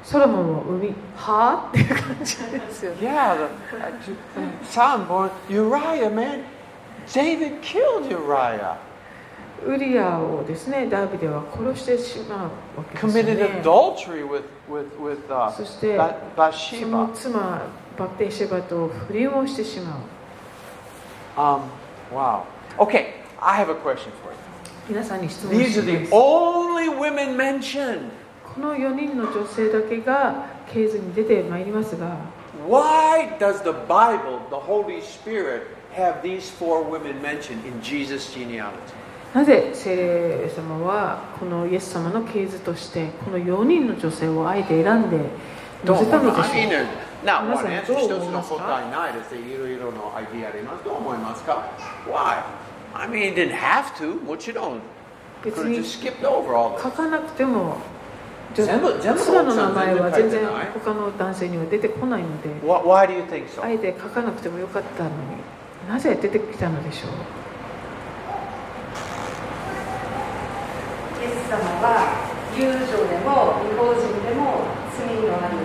ソロモンを産みはあっていう感じですよね Yeah, the, uh, to- Solomon born Uriah, man. David killed Uriah. ウリアをですねダビデは殺してしまうわけですよ Committed ね adultery with, with, with uh, そして、 Ba- その Bathsheba. 妻バテシェバと不倫をしてしまう Um, wow. Okay, I have a question for you. 皆さんに質問 These し are ま the す only women mentioned. この4人の女性だけが経図に出てまいりますが Why does the Bible, the Holy Spirit, have these four women mentioned in Jesus' genealogy? なぜ聖霊様はこのイエス様の経図としてこの4人の女性をあえて選んで載せたのどう思いまでしょうす？I mean, there's- not one answer, 皆さん、どう思いま一すか？つの答えないです。いろいろのアイディアあります。どう思いますか？Why? I mean, it didn't have to. もちろん。別 Could have に just skipped over all 書 this. かなくても全部全部妻の名前は全然奥さん全然書いてない他の男性には出てこないので Why, why do you think あ so? えて書かなくてもよかったのになぜ出てきたのでしょうイエス様は友情でも違法人でも罪のある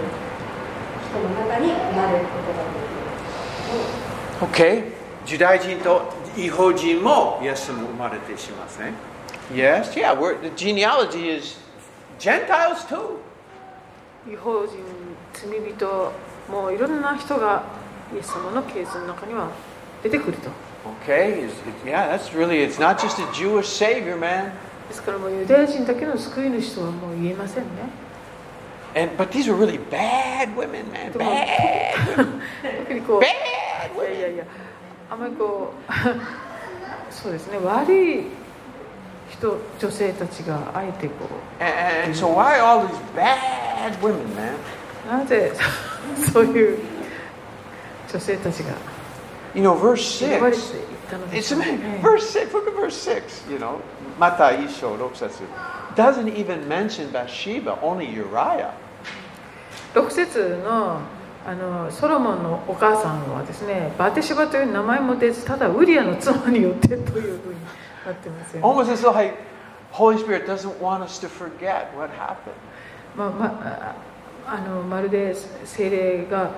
人の中に生まれることができる Okay. ユダヤ人と違法人もイエスも生まれてしますね。Yes, yeah, we're, the genealogy is Gentiles too. 違法人罪人もういろんな人がイエス様の経図の中には出てくると Okay, is it, yeah, that's really, it's not just a Jewish savior, man. ですからもうユダヤ人だけの救い主とはもう言えませんね And but these were really bad women, man. Bad, 特にこう bad いやい women. やいやあんまりこう <laughs> そうですね悪い人女性たちがあえてこ And so why all these bad women, man? うなぜ <laughs> そういう女性たちが You know, verse 選ばれていっ six. たので It's しょうね amazing. Verse six. Look at verse six. You know, Mata Isho Roksatsu doesn't even mention Bathsheba, only Uriah. 6節のあのソロモンのお母さんはですねバテシバという名前も出ずただウリアの妻によってというふうになってますよね、 Almost as though like Holy Spirit doesn't want us to forget what happened. まあまあ、あのまるで精霊が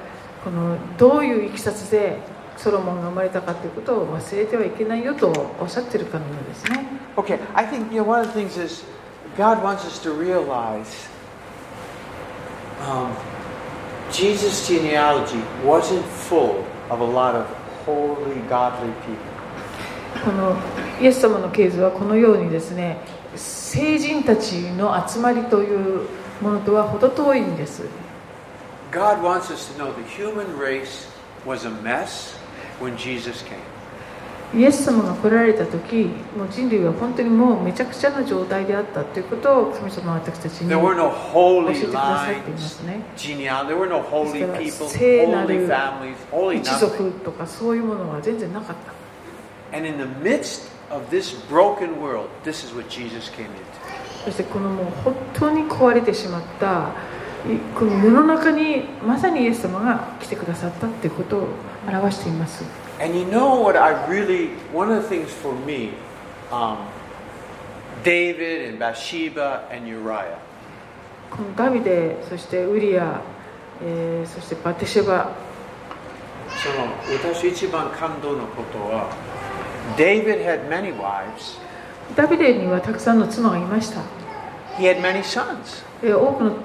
このどういういきさつでソロモンが生まれたかということを忘れてはいけないよとおっしゃってるかのようですね Okay, I think you know one of the things is God wants us to realize um, Jesus' genealogy wasn't full of a lot of holy, godly people. このイエス様の系図はこのようにですね聖人たちの集まりというものとは程遠いんです God wants us to know the human race was a mess when Jesus came. イエス様が来られた時もう人類は本当にもうめちゃくちゃな状態であったということを神様は私たちに There were 教 no えて holy くださっていま lines, すね genealogy. There were no holy Yes, there people, was sin holy and- families, holy 一 nothing. 族とかそういうものは全然なかった And in the midst of this broken world, this is what Jesus came into. そしてこのもう本当に壊れてしまったいこの世の中にまさにイエス様が来てくださったということを表しています And you know what I really, one of the things for me, um, David and Bathsheba and Uriah, このダビデそしてウリア、えーそしてバテシェバその私一番感動のことは、David had many wives, ダビデにはたくさんの妻がいました he had many sons, えー多くの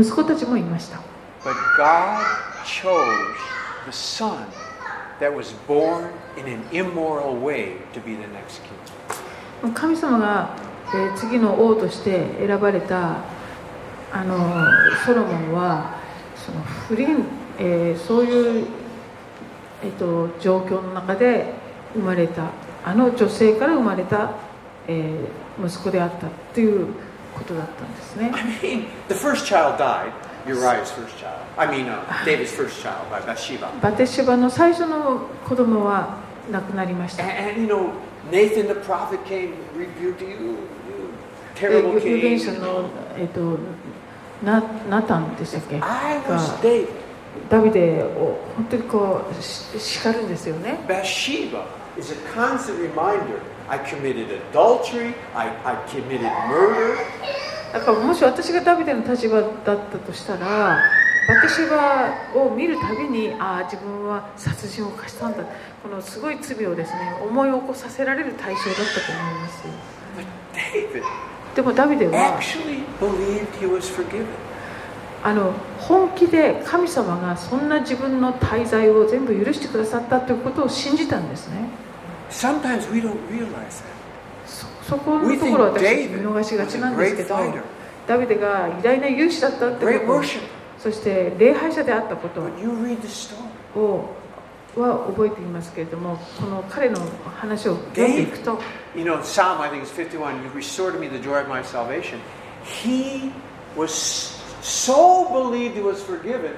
息子たちもいました but God chose the son that was born in an immoral way to be the next king. 神様が、えー次の王として選ばれたあのソロモンはその不倫、えーそういう、えー、と状況の中で生まれたあの女性から生まれた、えー息子であったっていうことだったんですね I mean, the first child died, Uriah's first child. I mean, uh, David's first child by Bathsheba. バテシェバの最初の子供は亡くなりました And, and, you know, Nathan the prophet came rebuked you, you え terrible 預言 king. 者の、えー、とナナタンでしたっけ I was God. David. ダビデを本当にこうし叱るんですよね Bathsheba is a constant reminder. I committed adultery. I, I committed murder. だからもし私がダビデの立場だったとしたらバテシェバを見るたびにああ自分は殺人を犯したんだこのすごい罪をですね思い起こさせられる対象だったと思います But David でもダビデは actually believed he was forgiven. あの本気で神様がそんな自分の滞在を全部許してくださったということを信じたんですね Sometimes we don't realize that. そそこのところを私たち見逃しがちなんですけど We think David was a great fighter. ダビデが偉大な勇士だったって Great こと worship. そして礼拝者であったこと But you read the story. をは覚えていますけれどもこの彼の話を読んでいくと You know, in Psalm, I think it's 51, you restored to me the joy of my salvation. He was so believed he was forgiven,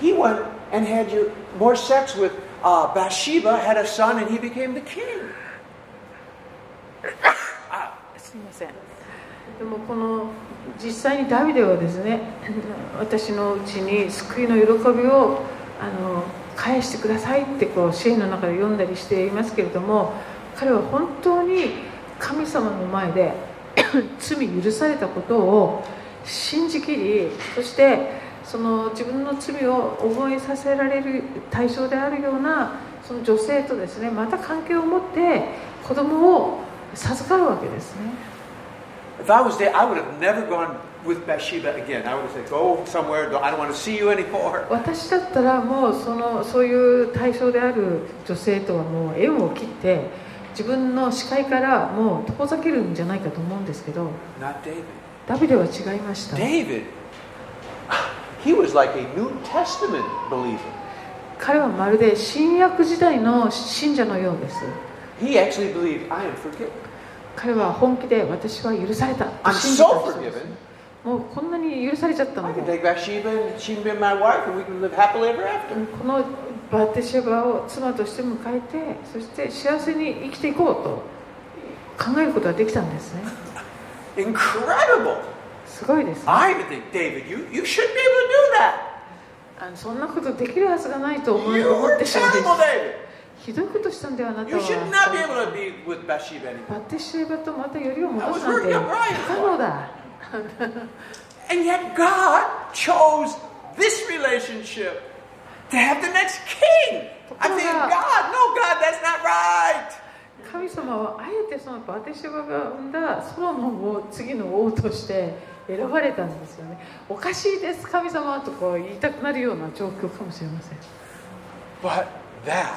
he went and had your, more sex with uh, Bathsheba, had a son, and he became the king. すみませんでもこの実際にダビデはですね私のうちに救いの喜びをあの返してくださいってこう支援の中で読んだりしていますけれども彼は本当に神様の前で <coughs> 罪許されたことを信じきりそしてその自分の罪を覚えさせられる対象であるようなその女性とですねまた関係を持って子供を授かるわけですね。 If I was there, I would have never gone with Bathsheba again. I would have said, go somewhere, I don't want to see you anymore. 私だったらもうそのそういう対象である女性とはもう縁を切って自分の視界からもう遠ざけるんじゃないかと思うんですけど Not David. ダビデは違いました David, He was like a New Testament believer. 彼はまるで新約時代の信者のようです He actually believed, I am forgiven. 彼は本気で私は許された I'm と信じた so 人です forgiven. もうこんなに許されちゃったの I も can take Bathsheba and she can be my wife and we can live happily ever after. このバテシェバを妻として迎えてそして幸せに生きていこうと考えることができたんですね Incredible. すごいです、ね、 I even think, David, you, you should be able to do that. あのそんなことできるはずがないと思い You 思 were ってしまうんで terrible, David. すひどいことしたんではあなた You は should not be able to be with Bathsheba anymore. バテシェバとまたよりを戻す I な was ん working て on Brian. 不可能だ And yet God chose this relationship to have the next king. I think, God, no, God, that's not right. 神様はあえてそのバテシェバが生んだソロモンを次の王として選ばれたんですよねおかしいです神様とか言いたくなるような状況かもしれません But that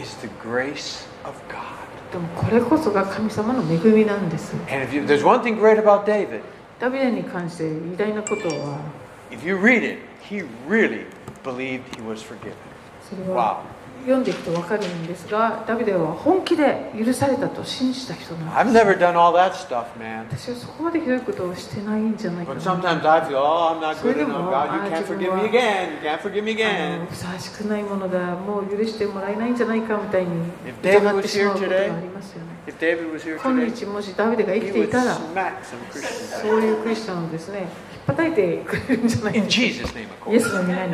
is the grace of God. でもこれこそが神様の恵みなんです And if you, there's one thing great about David, ダビデに関して偉大なことは if you read it, he really believed he was forgiven. それは読んでいくと分かるんですがダビデは本気で許されたと信じた人なん I've です never done all that stuff, man. 私はそこまでひどいことをしてないんじゃないか But な sometimes I feel, oh, I'm not good Freedom, enough. God, you I can't do forgive me well. again. You can't forgive me あの again. ふさわしくないものだもう許してもらえないんじゃないかみたいに If David 疑ってしまうこと was が here today- ありますよね If David was here 今 today, 日もしダビデが生 he きてい would たら smack some Christians. そういうクリスチャンをですね引っ叩いてくれるんじゃないか In Jesus' name, of イエ course. スの皆に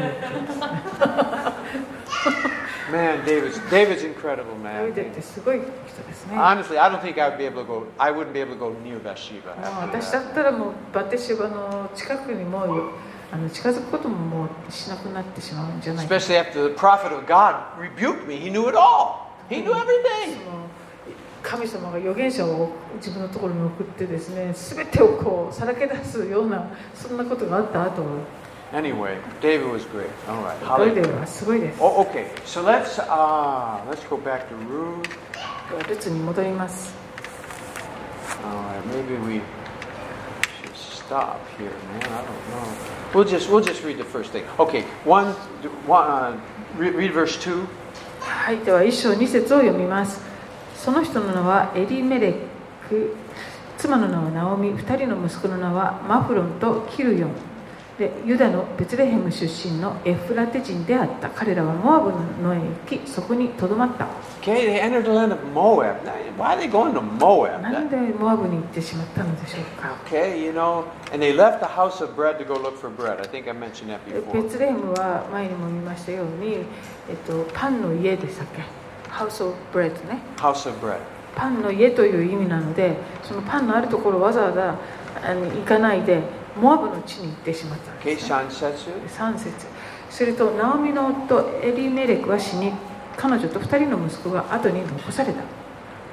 Man, David's David's incredible, ダビデっ man. てすごい人ですね Honestly, I don't think I would be able to go. I wouldn't be able to go near Bathsheba. もう after 私だ that. ったらもうバテシバの近くにもうあの近づくことももうしなくなってしまうんじゃないか Especially after the prophet of God rebuked me, he knew it all. He knew そ everything. の神様が預言者を自分のところに送ってですね全てをこうさらけ出すようなそんなことがあった後 Anyway, David was great. All right. ダビ Hallelujah. デはすごいです Oh, okay. So let's uh, let's go back to Ruth. ルツに戻ります All right, maybe we should stop here, man. I don't know. We'll just we'll just read the first thing. Okay, one, one uh, read, read verse two. はい、では一章二節を読みます。その人の名はエリメレク、妻の名はナオミ、二人の息子の名はマフロンとキルヨン。でユダのベツレヘム出身のエフラテ人であった彼らはモアブのへ行きそこにとどまった Okay, they entered the land of Moab. Now, Why are they going to Moab? なん That- でモアブに行ってしまったのでしょうか okay, you know, and they left the house of bread to go look for bread. I think I mentioned that えベ before. ツレヘムは前にも見ましたように、えっと、パンの家でしたっけハウス・オブ・ブレッドね House of bread. パンの家という意味なのでそのパンのあるところをわざわざあの行かないでモアブの地に行ってしまったん Okay, です、ね、 Sansetsu. 3節するとナオミの夫エリメレクは死に彼女と2人の息子が後に残された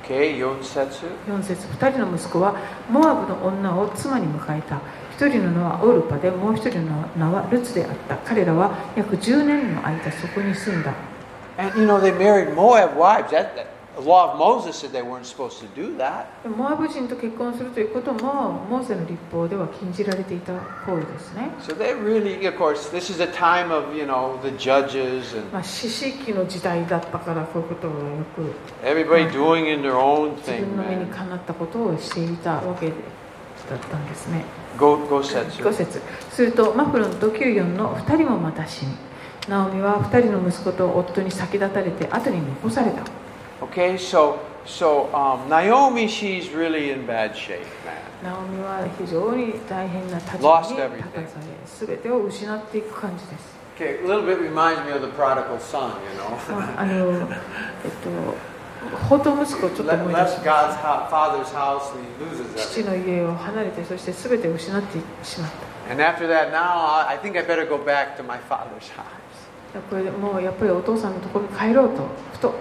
Okay, Yonsetsu. 4節2人の息子はモアブの女を妻に迎えた1人の名はオルパでもう1人の名はルツであった彼らは約10年の間そこに住んだ And you know, they married Moab wives. That, that the law of Moses said they weren't supposed to do that. モアブ人と結婚するということもモーセの立法では禁じられていた行為ですね So they really, of course, this is a time of, you know, the judges and まあ、四式の時代だったからこういうことをよく everybody doing in their own 自分 thing, の目に man. かなったことをしていたわけだったんですね Go, go 5 setsu. 節するとマフロンとキュリオンの2人もまた死にナオミは2人の息子と夫に先立たれて後に残された Okay, so so um, Naomi, she's really in bad shape, man. ナオミは非常に大変な立 Lost 場に everything. 立たされ全てを失っていく感じです Okay, a little bit reminds me of the prodigal son, you know. ああのえっと放蕩息子をちょっと Le- 思い出し left God's ho- father's house and he loses 父 everything. の家を離れてそして全てを失ってしまった And after that, now I, I think I better go back to my father's <laughs> house. これでもうやっぱりお父さんのところに帰ろうとふと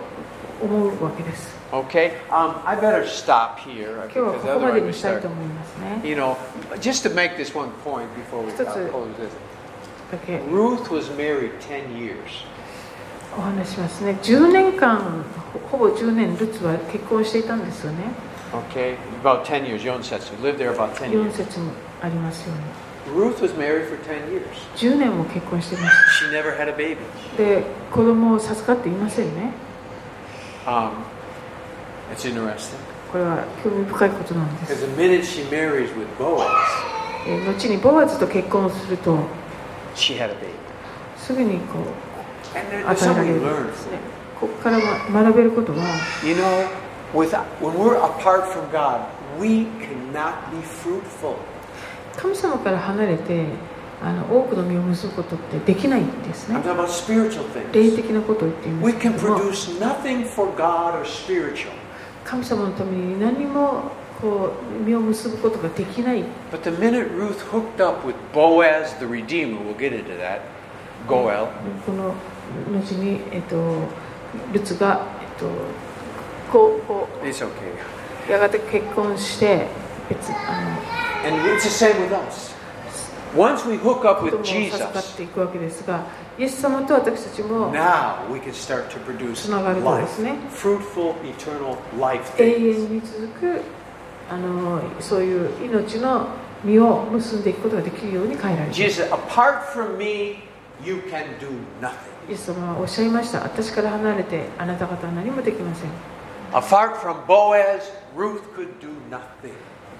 思うわけです Okay, um, I better stop here 今日は because ここまで otherwise に we したい start. と思いますね You know, just to make this one point before we uh, Just to- close this. だけ Ruth was married 10 years. お話ししますね10年間ほほぼ10年ルツは結婚していたんですよね Okay, about 10 years. Yonsetsu lived there about 10 years. 4節もありますよね Ruth was married for 10 years. 10年も結婚していまし She never had a baby. たで子供を授かっていませんね Um, it's interesting. これは興味深いことなんで Because す the minute she marries with Boaz, えー後にボアズと結婚をすると she had a baby. すぐにこう And there- there's 与えら something れ we る learn. ですねここから学べることは You know, with, when we're apart from God, we cannot be fruitful. 神様から離れてあの多くの実を結ぶことってできないんですね I'm talking about spiritual 霊 things. 的なことを言っていま We すけ can ども produce nothing for God or spiritual. 神様のために何もこう実を結ぶことができない But the minute Ruth hooked up with Boaz the Redeemer, we'll get into that, Goel, この後に、えっと、ルツが、えっと、こうこ it's okay. うやがて結婚して別あ And it's the same with us. Once we hook up の子 with 供を授かっ Jesus, ていくわけですがイエス様と私たちも now we can start to produce つながるとですね。 life, fruitful, eternal life 永 things. 遠に続くあのそういう命の実を結んでいくことができるように変えられるイエ Jesus, said, apart from me, you can do nothing. ス様はおっしゃいました私から離れてあなた方は何もできません Apart from Boaz, Ruth could do nothing.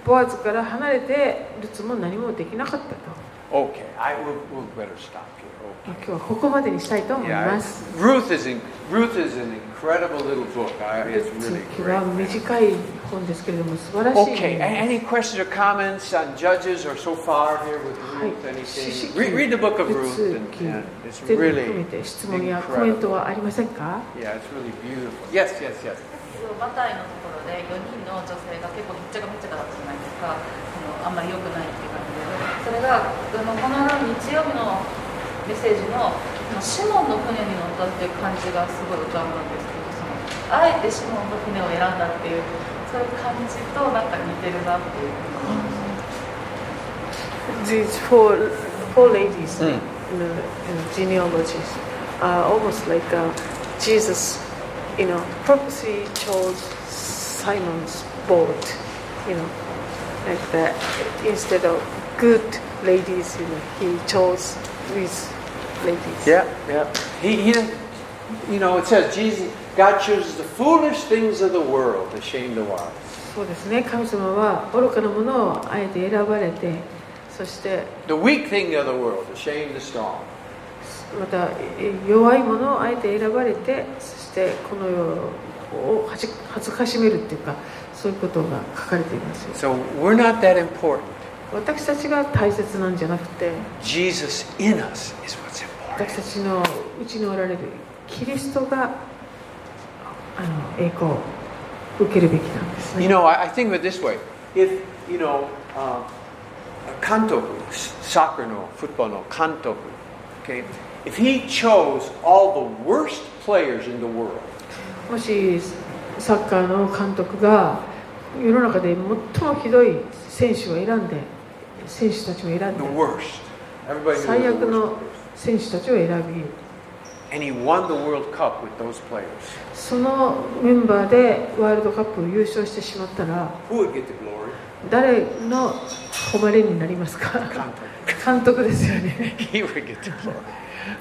ボアズから離れてルツも何もできなかったと、 Okay, I will we'll better stop here. まあ今日はここまでにしたいと思 Okay. い Yeah, ま I- す Ruth is in, Ruth is an incredible little book. I, ル it's ツ really 記は great. 短い本ですけれども素晴らしい Okay, a- 本で any questions or comments on judges or so far here with Ruth? すはい、四 Anything? 式 Read, read the book of ル Ruth, ツ and, 記 and it's 全部含め really て質問やコメントはありませんか yeah, it's really beautiful. Yes, yes, yes. バタイのところで4人の女性が結構ひっちゃかめっちゃかだったじゃないですかあのあんまり良くないっていう感じでそれがあのこの間の日曜日のメッセージの「シモンの船に乗った」っていう感じがすごい浮かぶんですけどそのあえてシモンの船を選んだっていうそういう感じとなんか似てるなっていうふうに思いました These four four ladies Mm. in, the, in genealogies are almost like uh, Jesus, you know, prophecy chose Simon's boat, you know, like that. Instead of good ladies, you know, he chose these ladies. Yeah, yeah. He, he, you know, it says Jesus, God chooses the foolish things of the world to shame the wise. そうですね。神様は愚かなものをあえて選ばれて、そして The weak thing of the world to shame the strong. またえ弱いものをあえて選ばれてそしてこの世を恥恥ずかしめるっていうかそういうことが書かれています So we're not that important. 私たちが大切なんじゃなくて Jesus in us is what's important. 私たちのうちにおられるキリストがあの栄光を受けるべきなんですね You know, I, I think of it this way. If, you know, um, Kantoku, soccer no, football no, Kantoku, okay, if he chose all the worst players in the world, もしサッカーの監督が世の中で最もひどい選手を選んで選手たちを選 the んで worst, everybody 最 knew 悪 the の worst players. 選手たちを選び And he won the World Cup with those players. そのメンバーでワールドカップを優勝してしまったら Who would get the glory? 誰の誉れになります <laughs> か Kantoku. 監督ですよね <laughs> He would get the glory.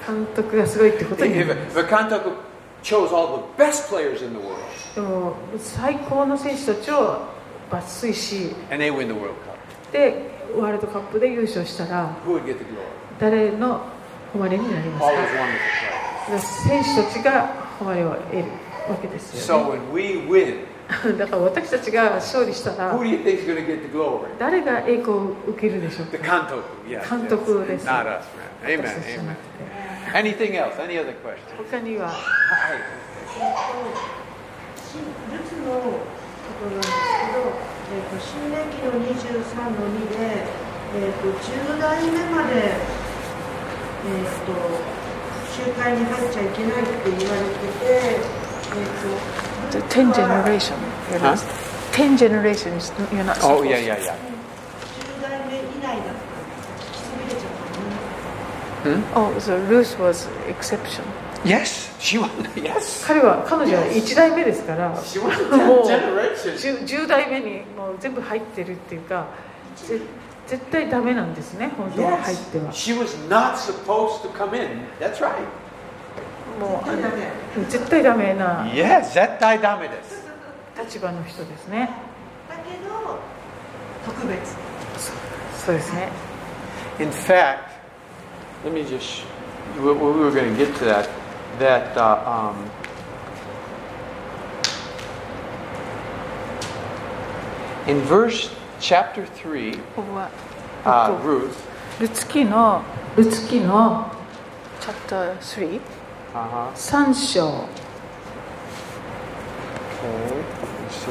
監督がすごいってことに If, if Kantoku chose all the best players in the world でも最高の選手たちを抜粋し and they win the World Cup, でワールドカップで優勝したら who would get the glory? 誰の誉れになります All か those wonderful players. だから選手たちが誉れを得るわけですよ、 So when we win, ね、 <laughs> だから私たちが勝利したら who do you think is going to get the glory? 誰が栄光を受けるでしょう The か Kantoku, yes. 監督です。 yes. Not us, man. 私 Amen, たちじゃな amen. くて Anything else? Any other questions? 他には Hi. ルツのところなんですけど、えーと新明記の23の2で、えーと10代目まで、えー、と集会に入っちゃいけないって言われてて、えーと The ten ルツは generation. you Huh? know. Ten generations. You're not. Oh, supposed yeah, to. yeah, yeah. 10代目以内だったんです。聞きそびれちゃったのね。 Oh, so Ruth was exception. Yes, she won. <laughs> Yes. 彼は彼女は一代目ですから、も <laughs> She won the う generation. 十十代目にもう全部入ってるっていうか、ぜ絶対ダメなんですね本当は入っては Yes, she was not supposed to come in. That's right. もうあダメの絶対ダメな Yes, 絶対ダメです。立場の人ですねだけど特別そうですね In fact, let me just, we, we were going to get to that, that, uh, um, in verse chapter 3, ここは uh, Ruth, ルツキのルツキのチャプター3 uh-huh, 3章 okay, let's see.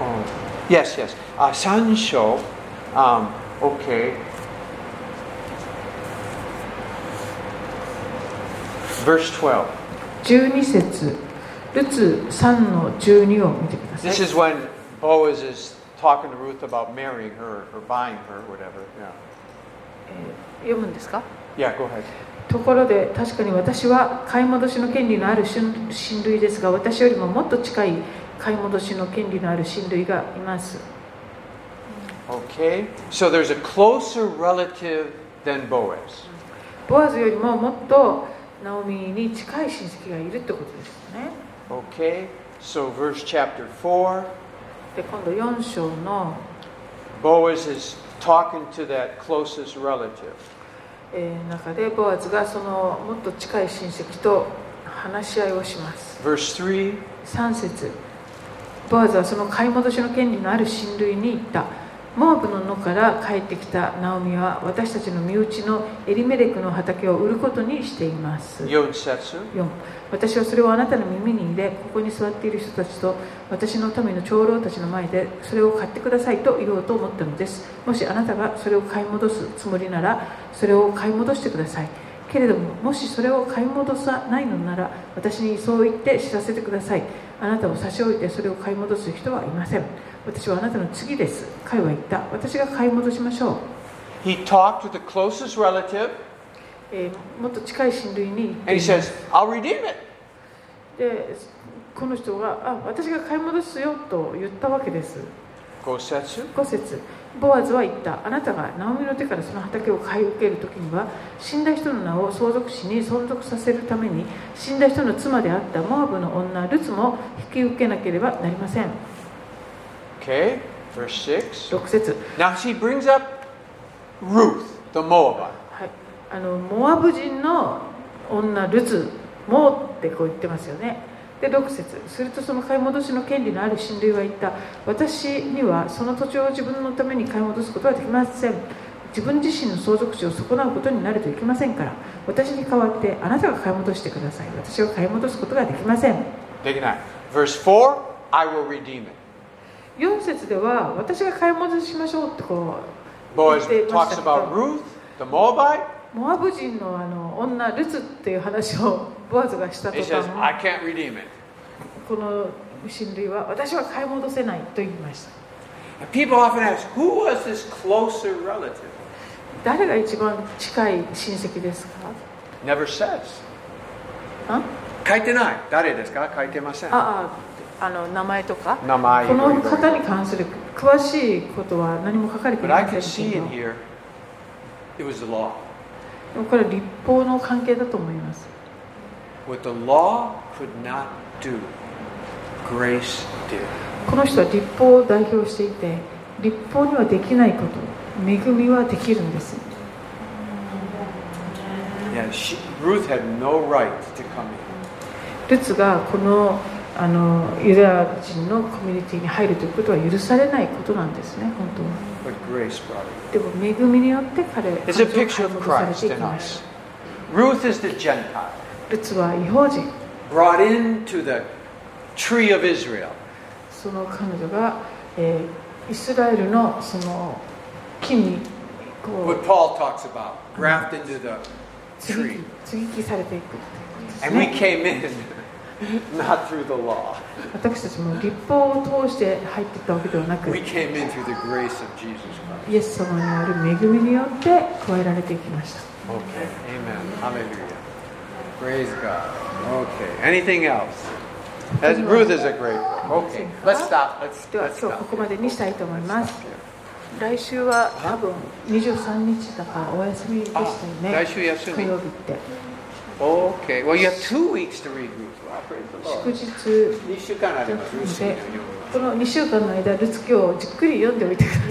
Oh, Yes, yes. Uh, Sancho, um, okay. Verse 12. 12節ルツ3の12を見てください This is when Boaz is talking to Ruth about marrying her or buying her, whatever. Yeah. 読むんですか Yeah, go ahead. ところで確かに私は買い戻しの権利のある親親類ですが私よりももっと近い買い戻しの権利のある親類がいます Okay. So there's a closer relative than Boaz. ボアズよりももっとナオミに近い親戚がいるってことですよね Okay. So verse chapter 4, で今度4章の、 Boaz is talking to that closest relative. えー中でボアズがそのもっと近い親戚と話し合いをします Verse 3, 3節ボアズはその買い戻しの権利のある親類に言ったモアブの野から帰ってきたナオミは私たちの身内のエリメレクの畑を売ることにしています Yonsetsu. 4私はそれをあなたの耳に入れここに座っている人たちと私の民の長老たちの前でそれを買ってくださいと言おうと思ったのですもしあなたがそれを買い戻すつもりならそれを買い戻してくださいけれどももしそれを買い戻さないのなら私にそう言って知らせてくださいあなたを差し置いてそれを買い戻す人はいません私はあなたの次です彼は言った私が買い戻しましょう、 He talked to the closest relative えーもっと近い親類に言っ and てい he ます says, I'll redeem it. でこの人があ私が買い戻すよと言ったわけです Gosetsu. 5節ボアズは言ったあなたがナオミの手からその畑を買い受ける時には死んだ人の名を相続死に存続させるために死んだ人の妻であったモアブの女ルツも引き受けなければなりません Okay. Verse 6. 6節 Now she brings up Ruth, the Moabite. はい、あのモアブ人の女ルツもってこう言ってますよねで6節するとその買い戻しの権利のある親類は言った私にはその土地を自分のために買い戻すことはできません自分自身の相続地を損なうことになるといけませんから私に代わってあなたが買い戻してください私は買い戻すことができません Dig it out. Verse 4, I will redeem it. 4節では私が買い戻しましょうってこう Boaz 言ってまし talks たけど about Ruth, the Moabite. モアブ人のあの女ルツっていう話を <laughs> ボアズがした He 途 says, I 端 can't redeem it. この親類は私は買い戻せないと言いました And people often ask, who was this closer relative? 誰が一番近い親戚ですか Never says. あ書いてない。誰ですか書いてません。あああの名前とか名前。この方に関する詳しいことは何も書かれてい But I ませ can ん see けど in here, it was the law. でもこれは立法の関係だと思います What the law could not do, grace did. この人は立法を代表していて立法にはできないこと恵みはできるんです Yeah, she, Ruth had no right to come in. ルツがこのあのユダヤ人のコミュニティに入るということは許されないことなんですね本当は But grace brought her in. でも恵みによって彼は It's a picture of Christ in us. Ruth is the Gentile, ルツは違法人 brought into the tree of Israel. その彼女が、えーイスラエルのその木に What こ Paul talks about, grafted into the う継ぎ tree. 木継ぎ木されていくっていうことです And we ね came in <laughs> not through the law. 私たちも立法を通して入っていったわけではなく We came in through the grace of Jesus Christ. イエス様による恵みによって加えられていきました Okay. Amen. Hallelujah. Praise God. Okay. Anything else? As Ruth is a great book. Okay. Let's stop. Let's, では let's 今日こ stop. こまでにしたいと思います Stop here. 来週は多分23日だからお休みでしたよねあ来週休み火曜日って Okay. Well, you have two weeks to read Ruth. Well, praise the Lord. 祝日2週間あります。ルーシーの読みこの2週間の間ルツ記をじっくり読んでおいてください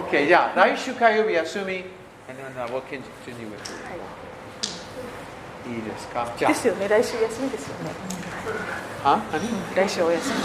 Okay, じゃあ来週火曜日休み、And then, uh, we'll continue with it. いいですかじゃですよね来週休みですよねあ、あ何来週お休み